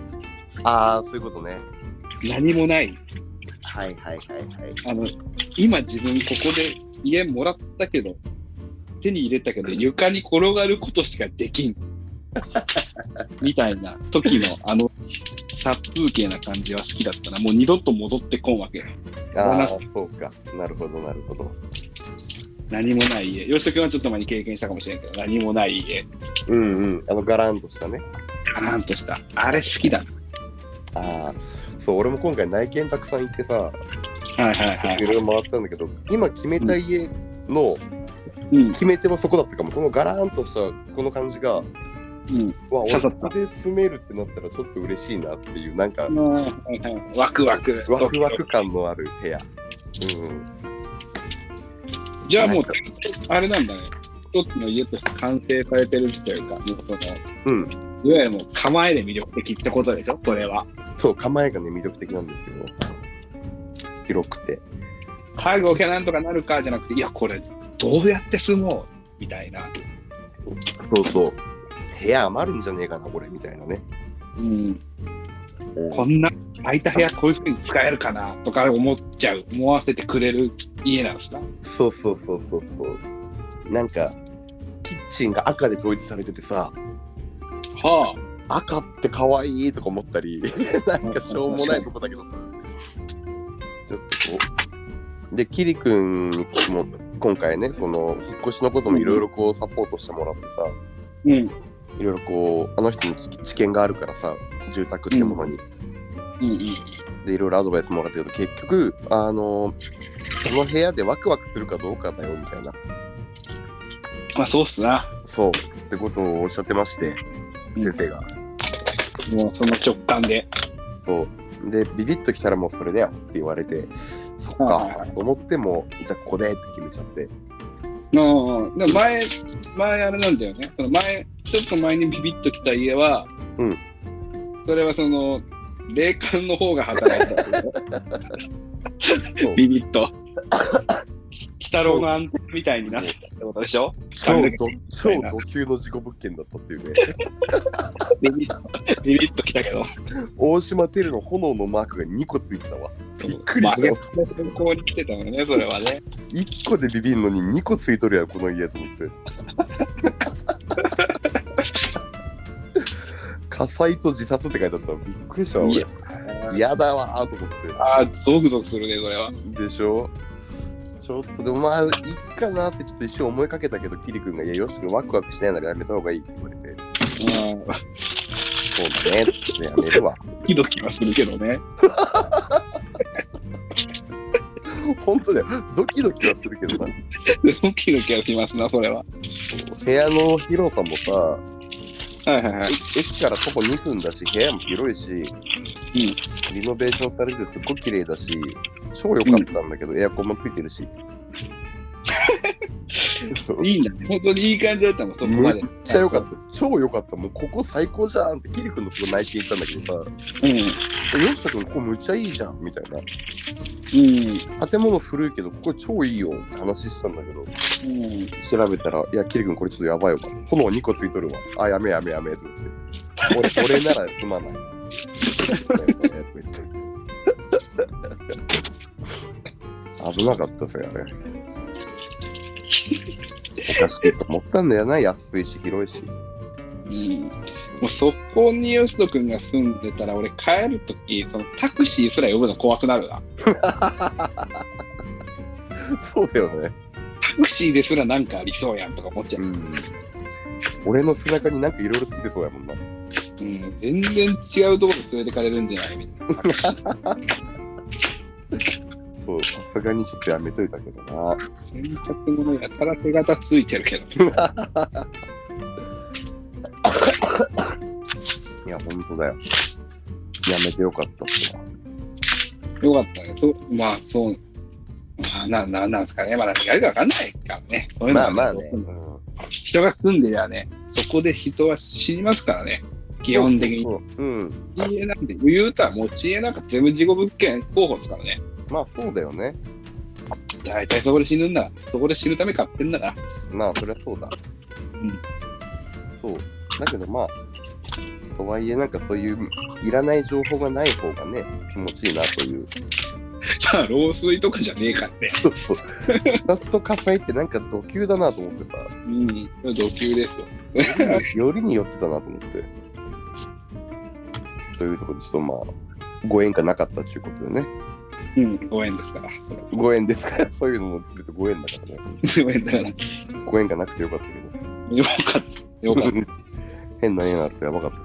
ああ、そういうことね。
何もない。
はいはいはいはい。
あの、今自分ここで家もらったけど、手に入れたけど、床に転がることしかできん。 みたいな時のあの殺風景な感じは好きだったな。もう二度と戻ってこんわけ。
ああ、そうか。なるほどなるほど。
何もない家。吉田君はちょっと前に経験したかもしれんけど、何もない家。
うんうん。あの、ガランとしたね。
カランとした。あれ好きだ。
ああ。そう、俺も今回内見たくさん行ってさ、
はいはいはいい。
ろいろ回ったんだけど、今決めた家の
うん。
決め手はそこだったかも。このガランとしたこの感じが、
うん
うわ、俺
刺さ
こ
った
こで住めるってなったらちょっと嬉しいなっていう、なんか、
はいはいワクワク。
ワクワク感のある部屋。うん。
じゃあもう、あれなんだね。一つの家として完成されてるというか、もうその、
うん。
いわゆるもう構えで魅力的ってことでしょ、これは。
そう、構えがね、魅力的なんですよ。広くて。
最後、なんとかなるかじゃなくて、いや、これ、どうやって住もうみたいな。
そうそう。部屋余るんじゃねえかな、これ、みたいなね。
うん。こ
うん
な、空いた部屋、こういうふうに使えるかなとか思っちゃう、思わせてくれる家なんですか
そうそうそうそうそう。なんか、キッチンが赤で統一されててさ、
は
赤って可愛いとか思ったり、 なんかしょうもないとこだけどさ。ちょっとこう。で、キリ君にも、今回ね、その、引っ越しのこともいろいろこう、サポートしてもらってさ、
うん。
いろいろこう、あの人に知見があるからさ、住宅ってものに。
いい、いい。
でいろいろアドバイスもらったけど結局あのその部屋でワクワクするかどうかだよみたいな
まあ、そうっすな。
そうってことをおっしゃってまして先生が、
もう、その直感で。
そうでビビッときたらもうそれだよって言われてそっ
はいはい
か
はい
と思ってもじゃあここでって決めちゃって
うん、でも前、前あれなんだよね。その前、ちょっと前にビビッときた家は、
うん
それはその、霊感の方が働いたってこと。
そう
ビビッと。太郎の安定みたいになってたってことでしょ
超ド超ド級の事故物件だったっていうね。
ビビッビビッときたけど。
大島テルの炎のマークが2個ついてたわ。びっくりした
真。逆の方向に来てたもんね、それはね。
1個でビビんのに2個ついとるやん、この家と思 って。火災と自殺って書いてあったのびっくりしたわ、
い
俺
や。
嫌だわーと思っ
あー、ゾクゾクするね、それは。
て。でしょちょっとでもまあ、いっかなってちょっと一瞬思いかけたけど、キリ君が、いや、よし君ワクワクしないならやめた方がいいって言われて、そうだねってやめるわ。
ひどきはするけどね。
本当だよ。ドキドキはするけどな。
ドキドキはしますな、それは。
部屋の広さもさ、
はいはいはい。
駅から徒歩2分だし、部屋も広いし、リノベーションされてすっごい綺麗だし、超良かったんだけど、エアコンもついてるし。めっ
いいんだね。本当にいい感じだったもん、そこまで。めっ
ちゃ良かった。超良かった。もうここ最高じゃんって、キリ君のすごい泣いて言ったんだけどさ、
た。うん。
えヨシタ君、ここむっちゃいいじゃんみたい
うん。
な。建物古いけど、ここ超いいよって話したんだけど、
うん、
調べたら、いや、キリ君これちょっとやばいわ。炎2個ついとるわ。あ、やめやめやめと思って。俺俺ならすまない。とか言って危なかったっすよ、あれ。おかしいと思ったんだよな、安いし、広いし。
うん、もうそこに吉野君が住んでたら俺帰るときそのタクシーすら呼ぶの怖くなるな
そうだよね。
タクシーですらなんかありそうやんとか思っちゃ
う
う、うん
ん。俺の背中になんかいろいろついてそうやもんな。
全然違うところに連れてかれるんじゃないみたいな
そうさすがにちょっとやめといたけどな。
洗濯物やたら手形ついてるけど
いや、ほんとだよ。やめてよかったっすわ。
よかったねそまあそうまあななんなんですかねまあ何やるか分かんないからねそういうの
ま
は
あまあね。うん
人が住んでりゃねそこで人は死にますからね基本的に
そうそうそううん。
持ち家なんて、言うたら持ち家なんか全部事故物件候補ですからね。
まあそうだよね。
大体そこで死ぬんなら、そこで死ぬため買ってんなら。
まあそりゃそうだ。
うん
そう。だけどまあ、とはいえなんかそういういらない情報がない方がね、気持ちいいなという。
まあ、漏水とかじゃねえからね。
そうそう。自殺と火災ってなんか度級だなと思ってさ、
うん。土級ですよ。
よりによってたなと思って。というところでちょっとまあ、ご縁がなかったということでね。
うん。ご縁ですから。それは
ご縁ですから、 そういうのも全てご縁だからね。
ご縁だから。よ
ご縁がなくてよかったけど。
かった。よかった。
変な縁あるとやばかったか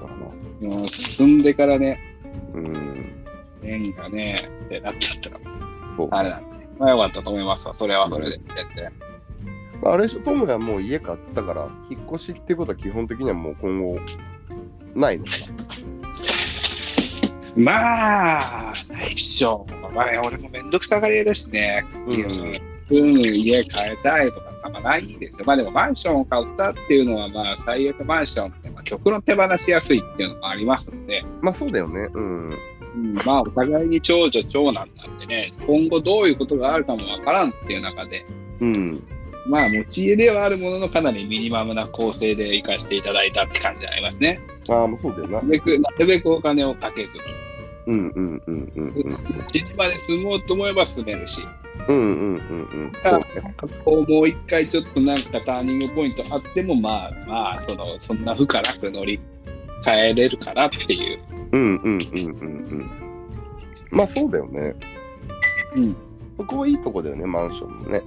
らな。
もう進んでからね、
うん。
縁がね、ってなっちゃったから。
そう
あれなんで。まあ、よかったと思いますわ。それはそれで。やって。
あれでしょ、トムがもう家買ったから、引っ越しってことは基本的にはもう今後、ないのか
まあ、ないっしょ。まあ、俺もめんどくさがり屋だしね。
うん
うん、家変えたいとかさ、まあ、ないですよ。まあでもマンションを買ったっていうのは、まあ最悪マンションって、まあ、極論手放しやすいっていうのもありますので、
な。まあそうだよね。うん。
うん、まあお互いに長女、長男なんてね、今後どういうことがあるかもわからんっていう中で、
うん。
まあ持ち家ではあるものの、かなりミニマムな構成で生かしていただいたって感じになりますね。
ああ、もうそうだよな
な。るべく、なるべくお金をかけずに、
うんうんうんうんうん。
うちにまで住もうと思えば住めるし、
うんうんうんうん。そうね。
こうもう一回ちょっとなんかターニングポイントあってもまあまあそのそんな負荷なく乗り換えれるからっていう、
うんうんうんうんうん。まあそうだよね。
うん、
そこはいいとこだよね、マンションもね。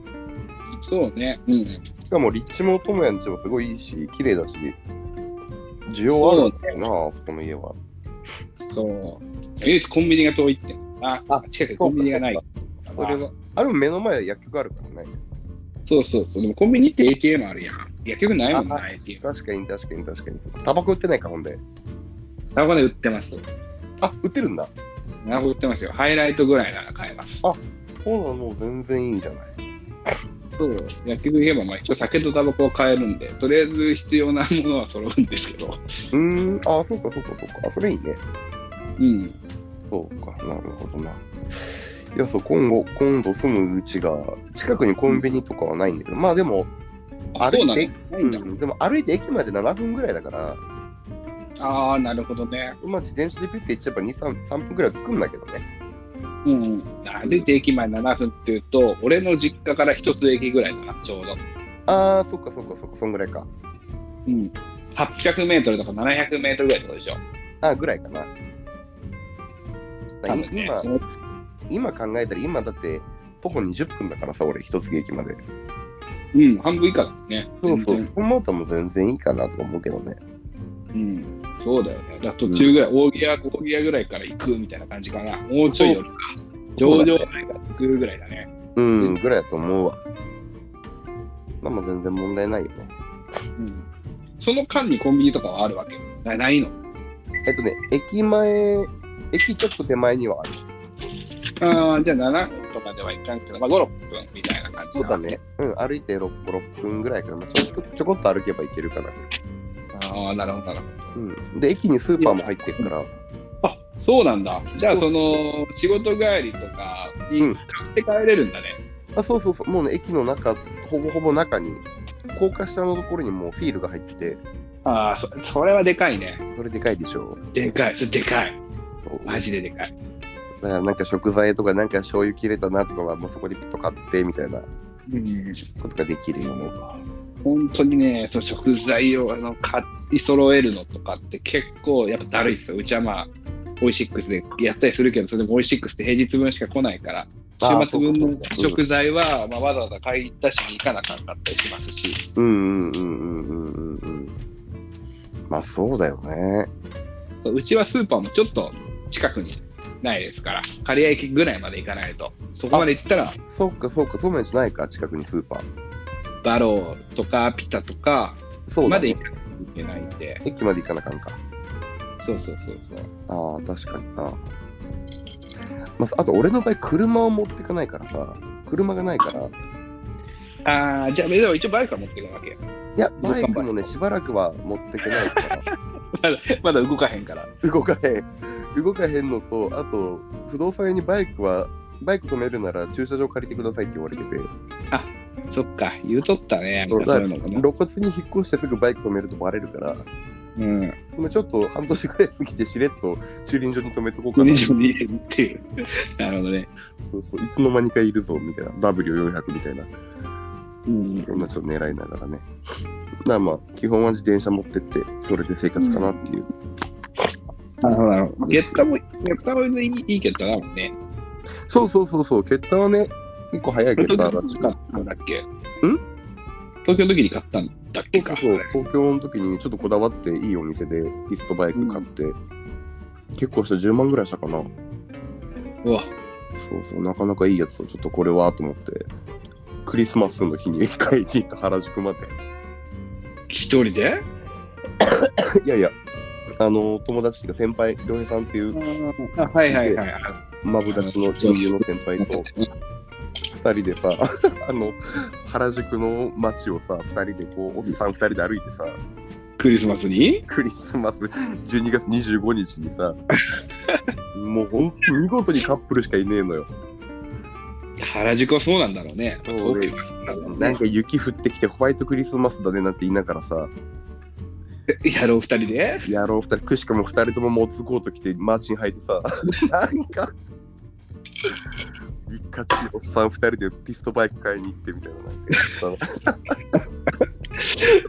そうね、うん、
しかも立地もトムヤんちもすごいいいし、綺麗だし、需要あるんだよな、あそこの家は。
そう唯一コンビニが遠いってあ
あ
近くコンビニがない
そう
そ
か
れ
そうか
は
あれも目の前は薬局あるからね。
そうそうそうでもコンビニって ATM あるやん結局ないもん
あ
ないし
確かに確かに確かに。タバコ売ってないか、ほんで。
タバコで売ってます
あ、売ってるんだ。
タバコ売ってますよハイライトぐらいなら買えます
そうなの、もう全然いいじゃない。
そう薬局言えばまあ一応酒とタバコは買えるんでとりあえず必要なものは揃うんですけど
うーん、あ、そうかそうかそうか。あ、それいいね。
うん
そうか、なるほどな。いやそう今後今度住むうちが近くにコンビニとかはないんだけど、まあでも
あ、そうなんだ。ない
うん
だ
ん、でも歩いて駅まで7分ぐらいだから、
ああ、なるほどね。
まあ、自転車でピュッて行っちゃえば2、3, 3分ぐらいは着くんだけどね。
うんうん。歩いて駅前7分っていうと、俺の実家から一つ駅ぐらいかな、ちょうど。
ああ、そっかそっかそっか、そんぐらいか。
うん。800メートルとか700メートルぐらいってことでしょ。
あーぐらいかな。
多分ね。
今
その
今考えたら、今だって徒歩20分だからさ、俺、一つ駅まで。
うん、半分以下だもんね。
そうそう、
全
そこまでも全然いいかなと思うけどね。
然うん。そうだよね。だから途中ぐらい、大ギア、大ギアぐらいから行くみたいな感じかな。もうちょいよりか。
そう
上
だね
場ぐらいから行くぐらいだね。
うん、ぐらいだと思うわ。まあまあ、全然問題ないよね。
うん。その間にコンビニとかはあるわけなないの
えっとね、駅前、駅ちょっと手前にはある。
ああ、じゃあ7分とかでは行かんけど、まあ5、6分みたいな感じ
そうだね。うん、歩いて 6, 6分ぐらいかな。まあちょっとちょこっと歩けば行けるかな。
ああ、なるほど、なるほど。
うん。で、駅にスーパーも入ってるから、
あそうなんだ。じゃあ、
そ
そうの仕事帰りとか
う
に
ん
買って帰れるんだね。
あそうそうそう、もうね、駅の中、ほぼほぼ中に、高架下のところにもうフィールが入ってて、
ああ、そそれはでかいね。
それでかいでしょ
でかい、それでかい。
そう。
マジででかい。
だからなんか食材とか、なんか醤油切れたなとかは、もうそこでピッと買ってみたいな
うん、
ことができるよね。
本当にね、その食材をあの買い揃えるのとかって結構やっぱだるいっすよ。うちはまあ、オイシックスでやったりするけど、それでもオイシックスって平日分しか来ないから、週
あー
末分
そう
の
かそうか
食材は、まあ、わざわざ買い出しに行かなかったりしますし。
うんうんうんうんうんうんうん。まあそうだよね。
そううちはスーパーもちょっと近くにないですから、刈谷駅ぐらいまで行かないと、そこまで行ったら、
そっかそっか、トメンチないか、近くにスーパー。
バローとかピタとか
そう
ま
だ、ね
で行。かなきゃいけないんで、
駅まで行かなあかんか。
そうそうそうそう。
ああ、確かにな。まあ、あと俺の場合、車を持ってかないからさ、車がないから、
ああ、じゃあ、でも一応バイクは持っていくわけ。
いや、バイクもね、しばらくは持ってけないから、
まだまだ動かへんから。
動かへん、 動かへんのと、あと、不動産屋にバイクは、バイク止めるなら駐車場借りてくださいって言われてて、
そっか、言うとったね、
そ
そうう
だ
いうのもね。
露骨に引っ越してすぐバイク止めるとバレるから、
うん。
まあちょっと半年くらい過ぎてしれっと駐輪場に止めとこうか
国
な。
上にいるっていう。 なるほどね。
そうそういつの間にかいるぞみたいな、W400 みたいな、
うん
そんなちょっと狙いながらね。まあまあ、基本は自転車持ってって、それで生活かなっていう。
なるほど、なるほど。ゲッタも、ゲッタもいいいいゲッタだもんね。
そうそうそうそう、決断はね、結構早い決
東京
断
の
だ
時
し
に。買ったんだっけ東京の時に買ったんだっけ
そ
か
うそう東京の時にちょっとこだわっていいお店でリストバイク買って、結構した10万ぐらいしたかな。
うわ
そうそう、なかなかいいやつをちょっとこれはと思って、クリスマスの日に買いに行った原宿まで。
一人で
いやいや、あの、友達っていうか先輩、良平さんっていう
あはいはいはい。
マブダチの女優の先輩と2人でさ、 あの、原宿の街をさ、2人でこう、おっさん2人で歩いてさ、
クリスマスに
クリスマス12月25日にさもうほんと見事にカップルしかいねえのよ
原宿はそうなんだろうね。
そう
東京はそうなんだろう
なん
ね
か雪降ってきてホワイトクリスマスだねなんて言いながらさ
やろう二人で
野郎2人くしかも2人ともモツコート着てマーチン履いてさなんかいかちいおっさん2人でピストバイク買いに行ってみたいななんか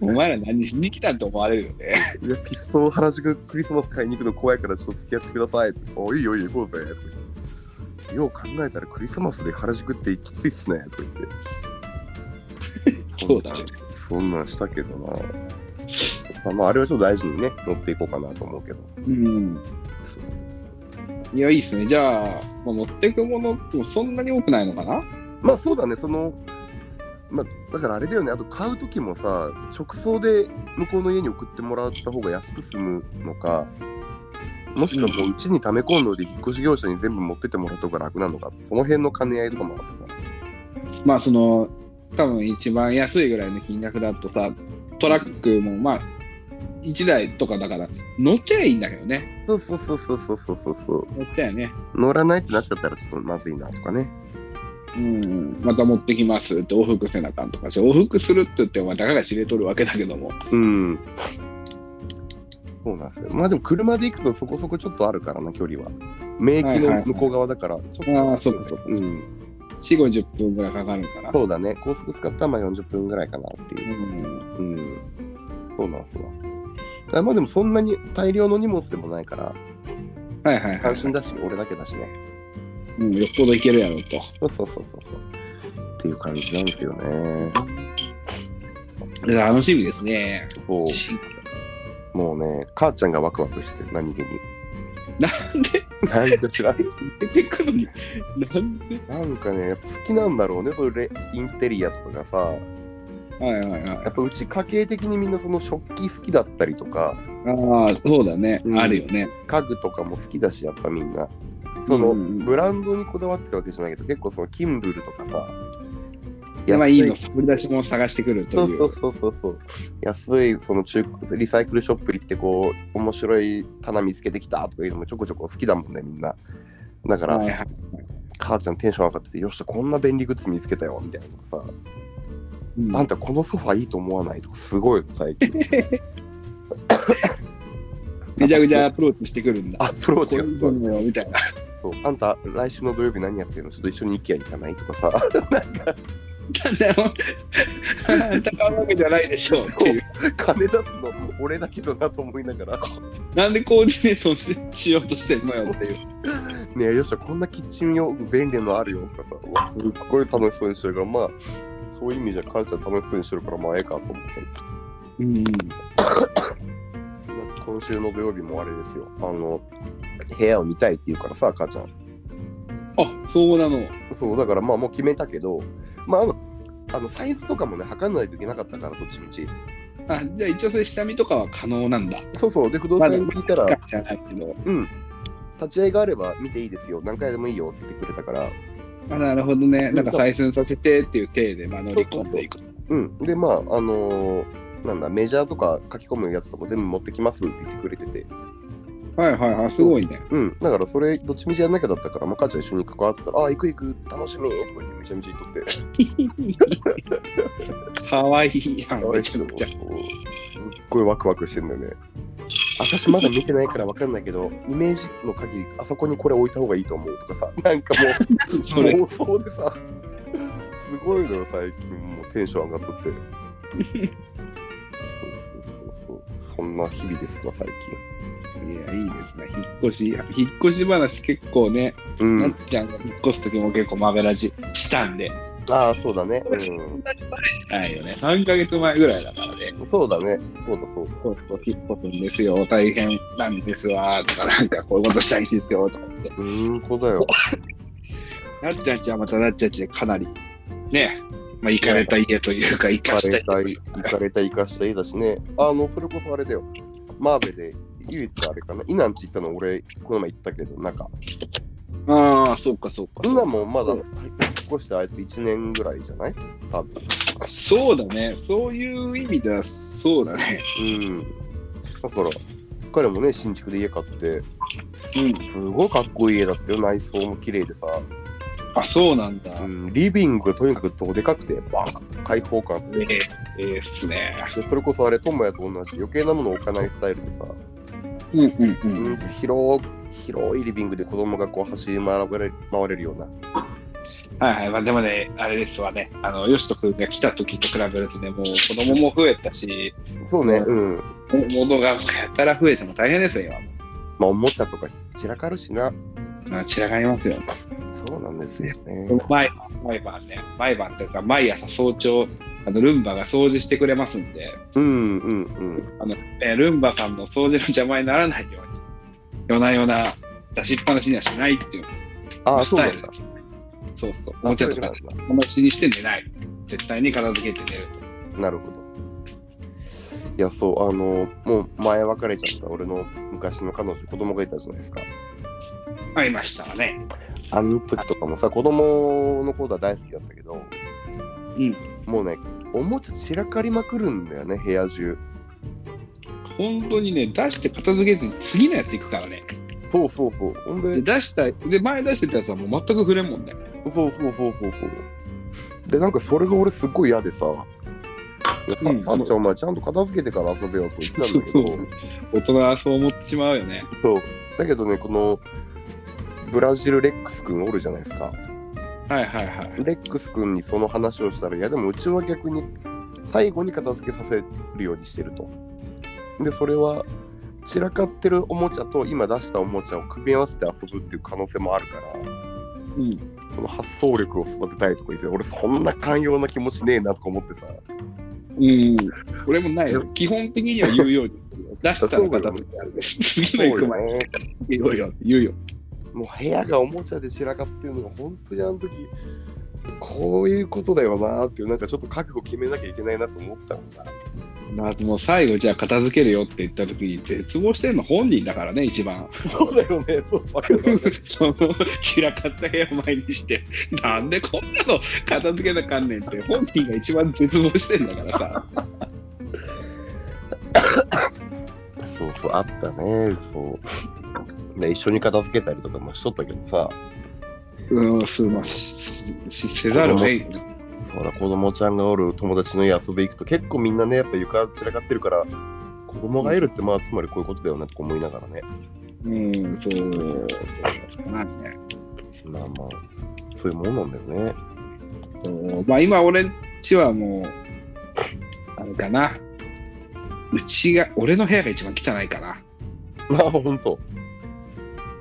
お前ら何しに来たんと思われるよね。
いやピスト原宿クリスマス買いに行くの怖いからちょっと付き合ってくださいっておいいよいいよ行こうぜとか言ってよう考えたらクリスマスで原宿ってきついっすねとか言って
そうだね。
そんなんしたけどな。まあ、まあ、あれはちょっと大事にね、乗っていこうかなと思うけど。
うん。いや、いいっすね。じゃあ、まあ、持ってくものってそんなに多くないのかな
まあ、そうだね、その、まあ、だからあれだよね、あと買うときもさ、直送で向こうの家に送ってもらった方が安く済むのか、もしくはもううちに溜め込んので、引っ越し業者に全部持ってってもらった方が楽なのか、その辺の兼ね合いとかもあってさ。
まあ、その、多分一番安いぐらいの金額だとさ、トラックもまあ、 1台とかだから、乗っちゃいいんだけどね。
そうそうそうそうそうそうそうそう。
乗っちゃえね。
乗らないってなっちゃったらちょっとまずいなとかね。
うん、また持ってきますって往復せなあかんとかし、往復するって言っても、まあたかが知れとるわけだけども。
うん。そうなんですよ。まあでも車で行くとそこそこちょっとあるからな、距離は。免疫の向こう側だから、ちょっと、
ああ、そうかそうか。
うん。
4、50分ぐらいかかるんかな。
そうだね。高速使ったらまあ40分ぐらいかなっていう。
うん
うん。そうなんですよ。あまあでもそんなに大量の荷物でもないから、
はいはいはい
安。心だし、俺だけだしね。
うん、よっぽどいけるやろうと。
そうそうそうそうそう。っていう感じなんですよね。
楽しみですね。
そう。もうね、母ちゃんがワクワクしてる、何気に。
なんで
何かしらん。
出てくのに、なんで
なんかね、やっぱ好きなんだろうね、そういうレインテリアとかがさ、
はいはい
や
は
っぱうち家計的にみんなその食器好きだったりとか、
い。ああ、そうだね、
うん
あるよね。
家具とかも好きだし、やっぱみんな。その、
うんうん
ブランドにこだわってるわけじゃないけど、結構その、キンブルとかさ、
まあいいの、掘り出し物探してくる
そ
というう。
そうそうそうそう安いその中古リサイクルショップ行ってこう面白い棚見つけてきたとかいうのもちょこちょこ好きだもんねみんなだから、
はいはい。
母ちゃんテンション上がっててよっしゃこんな便利グッズ見つけたよみたいなさ、
うん
あんたこのソファいいと思わないとかすごい最 近
ぐちゃぐちゃアプローチしてくるんだ。
アプローチが
こうい
す
う
ご
こ
い
とよみたいな。
そうあんた来週の土曜日何やってるのちょっと一緒に IKEA 行かないとかさ
なんだよ。 戦うわけじゃないでしょうっていう。
金出すの俺だけどなと思いながら
なんでコーディネートをししようとしてんのよっていう。
ねえよっしゃこんなキッチン用具便利なのあるよとかさうわすっごい楽しそうにしてるからまあそういう意味じゃ母ちゃん楽しそうにしてるからまあええかと思って
うん。
なんか今週の土曜日もあれですよあの部屋を見たいって言うからさ母ちゃん
あ、そうなの。
そうだからまあもう決めたけどまああのあのサイズとかもね測らないといけなかったからどっちみち
あ、じゃあ一応それ下見とかは可能なんだ。
そうそうで不動産に聞いたら、
まだじゃないけど。
うん立ち会いがあれば見ていいですよ何回でもいいよって言ってくれたから
あなるほどね。なんか採寸させてっていう体で、まあ、乗り込んでいく。
うんでまああのーなんだメジャーとか書き込むやつとか全部持ってきますって言ってくれてて
はいはいはい、すごいね。
うん、だからそれ、どっちみちやんなきゃだったから、まあ、母ちゃん一緒に関わってたら、ああ、行く行く、楽しみとか言ってめちゃめちゃ言っとって、
かわいいやん、
俺
め
ち
ち
ょ
ゃ
っ
く
と
ちゃ。
すっごいワクワクしてんだよね。私まだ見てないからわかんないけど、イメージの限り、あそこにこれ置いた方がいいと思うとかさ、 なんかもう、
それ
妄想でさ、すごいのよ、最近、もうテンション上がっとって。そうそうそうそう、そんな日々ですわ、最
いや、いいですね。引っ越し、引っ越し話結構ね、
近。う
なっ
ん、
ちゃんが引っ越す時も結構マベラジしたんで、
ああ、そうだね。う
ないよね。3ヶ月前ぐらいだからね、
ん、そうだね。そうだそうだ。
こうこう引っ越すんですよ、大変なんですわ、とか、なんかこういうことしたいんですよ、とかって。
うーん、そうだよ。
なっちゃんちはまたなっちゃんちでかなり、ね、まあ、行かれた家というか、行
行
か
か
した
れ
い。
たい、行かれたい、行かしたいだしね。あの、それこそあれだよ。マーベで唯一あれかな。イナンチ行ったの俺、この前行ったけど、なんか、
ああ、そうか、そうか。
イナもまだ引っ越してあいつ1年ぐらいじゃない多分。
そうだね、そういう意味ではそうだね。
うん。だから、彼もね、新築で家買って、
うん、
すごいかっこいい家だったよ。内装も綺麗でさ。
あ、そうなんだ。
うん、リビングがとにかくどでかくて、バーン開放感あって。
ええええっすね。
でそれこそあれ、友也と同じ余計なもの置かないスタイルでさ。
うんうんう。
うんん、広広いリビングで子供がこう走り回れ回れるような。
はいはい、まあ、でもね、あれですわね、あの、よしとくんが来た時と比べるとね、もう子供も増えたし、
そうね、うん。
物がやたら増えても大変ですよ、
まあ、おもちゃとか散らかるしな。
今。まあ、散らかりますよ。
そうなんですよね。
毎晩、毎晩ね、毎晩というか、毎朝早朝、あのルンバが掃除してくれますんで、
うんうんうん。
あのえールンバさんの掃除の邪魔にならないように、夜な夜な出しっぱなしにはしないっていう
ああ、
ス
そう
タ
な
イ
ん
ル
だ。
そうそう、お
あ
もちゃとか出しっぱなしにして寝ない。絶対に片付けて寝ると。
なるほど。いや、そう、あの、もう前別れちゃった俺の昔の彼女、子供がいたじゃないですか。
ありましたわね。
あの時とかもさ、子供の頃は大好きだったけど、
うん。
もうね、おもちゃ散らかりまくるんだよね、部屋中。
本当にね、出して片付けずに次のやつ行くからね。
そうそうそう。ほん
で、
で、
出した、で、前出してたやつはもう全く触れんもんね。
そうそうそうそうそう。で、なんかそれが俺すっごい嫌でさ、いやさ
うん
さんちゃんお前ちゃんと片付けてから遊べよと言ってたんだけど、
大人はそう思ってしまうよね。
そう。だけどね、このブラジルレックス君おるじゃないですか。
はいはいはい。
レックス君にその話をしたら、いやでもうちは逆に最後に片付けさせるようにしてると。で、それは散らかってるおもちゃと今出したおもちゃを組み合わせて遊ぶっていう可能性もあるから、
うん。
その発想力を育てたいとか言って、俺そんな寛容な気持ちねえなとか思ってさ、
うん。俺もないよ。基本的には言うように。出したら片付けある。次の行く前に
そうよね
言うよ。言うよ。
もう部屋がおもちゃで散らかってるのが本当にあの時、こういうことだよなーっていう、なんかちょっと覚悟決めなきゃいけないなと思ったもんな。
まあ、もう最後、じゃあ片付けるよって言った時に、絶望してるの本人だからね、一番。
そうだよね、そう、わかるわかる。
その散らかった部屋を前にして、なんでこんなの片付けなあかんねんって、本人が一番絶望してんだからさ。
そうそう、あったね、そう。で、一緒に片付けたりとかもしとったけどさ、
うん、すまあししせざるを得ん。
そうだ、子供ちゃんがおる友達の家遊び行くと、結構みんなね、やっぱ床散らかってるから、子供がいるって、まあ、つまりこういうことだよねとか思いながらね。
うん、そう。そうなんね
まあまあ、そういうもんなんだよね。
そうまあ今俺んちはもう、あれかな。うちが、俺の部屋が一番汚いかな。
まあ、ほんと。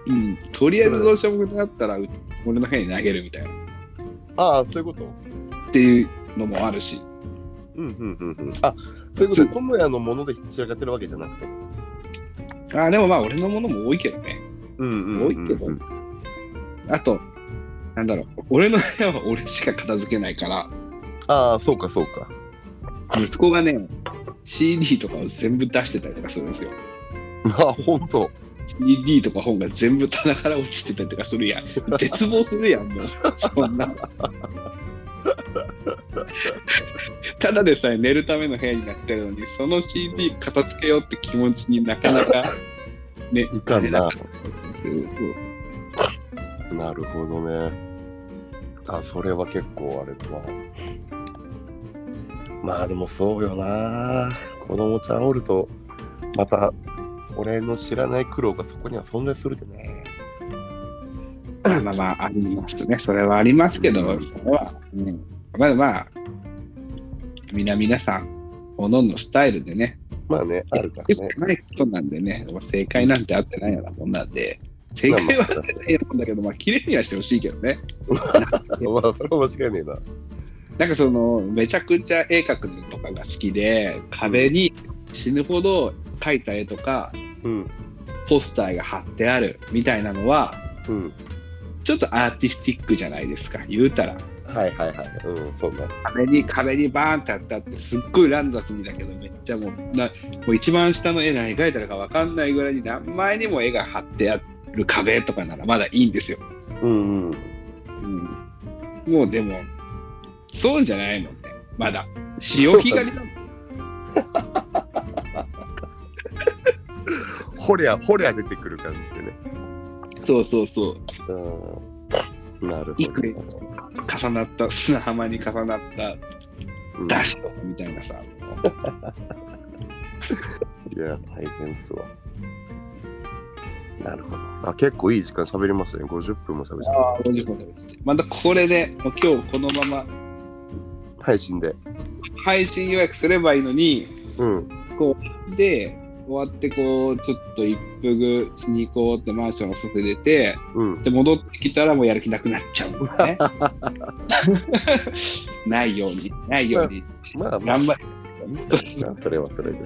うん、とりあえずどうしようもなったら、う俺の部屋に投げるみたいな。
ああ、そういうこと。
っていうのもあるし。
うんうんうんうん。あそういうことで、智也のもので散らかってるわけじゃなくて。
あでもまあ俺のものも多いけどね。
うんうん
多いけどあと、なんだろう、俺の部屋は俺しか片付けないから、
ああ、そうかそうか。
息子がね、CD とかを全部出してたりとかするんですよ。
まあ、ほんと。
CD とか本が全部棚から落ちてたりとかするやん。絶望するやん、もう。そんな。ただでさえ寝るための部屋になってるのに、その CD 片付けようって気持ちになかなか、ね、い
いかんな。
そう
なるほどね。あ、それは結構あれか。まあでもそうよな。子供ちゃんおると、また俺の知らない苦労がそこには存在するでね。
まあまあまあ、ありますね。それはありますけど、
うん
それは、うん、まあまあ、みな皆さん、おのんのスタイルでね、
まあね、あるか
よ
らね。
くないことなんでね、まあ正解なんてあってないようなもんなんで、正解はあってないようなもんだけど、まあ、綺麗にはしてほしいけどね。
まあそれは間違いねえな。
なんかその、めちゃくちゃ絵描くのとかが好きで、壁に死ぬほど描いた絵とか、
うん。
ポスターが貼ってあるみたいなのは、
うん。
ちょっとアーティスティックじゃないですか、言うたら。
はいはいはい。うん、そんな。
壁に壁にバーンってあったってすっごい乱雑にだけどめっちゃもうなもう一番下の絵何描いたのか分かんないぐらいに何枚にも絵が貼ってある壁とかならまだいいんですよ、
うんうん。
うん、もうでもそうじゃないのってまだ潮干狩りなの
ほりゃ、ほりゃ出てくる感じでね。
そうそうそう
うん。なるほ
いく
ど
ら
ね。
重なった砂浜に重なった
うん
出しとかみたいなさ
いや、大変っすわ。なるほど。あ、結構いい時間喋りましたね。50分も喋って。
あ50分落ちてまたこれでもう今日このまま
配信で。
配信予約すればいいのに
うん。
で、終わってこう、ちょっと一服しに行こうってマンションを外出て、
うん。
で、戻ってきたらもうやる気なくなっちゃうんだね。 ないように、ないように、
まあ、まあ、
頑張
い
る。
いなそれはそれで。
うん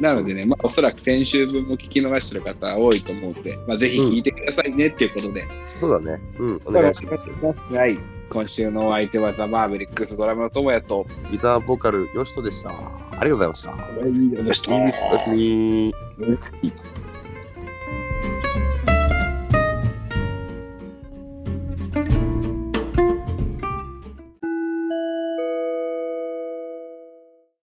なのでね、まあ、おそらく先週分も聞き逃してる方多いと思うので、まあ、ぜひ聞いてくださいねっていうことで、
そうだね。うん。お願いします。
はい、今週のお相手はザ・マーベリックスドラムの友也と、
ギターボーカル、よしとでした。ありがとうございました。
おやすみ
おやすみ。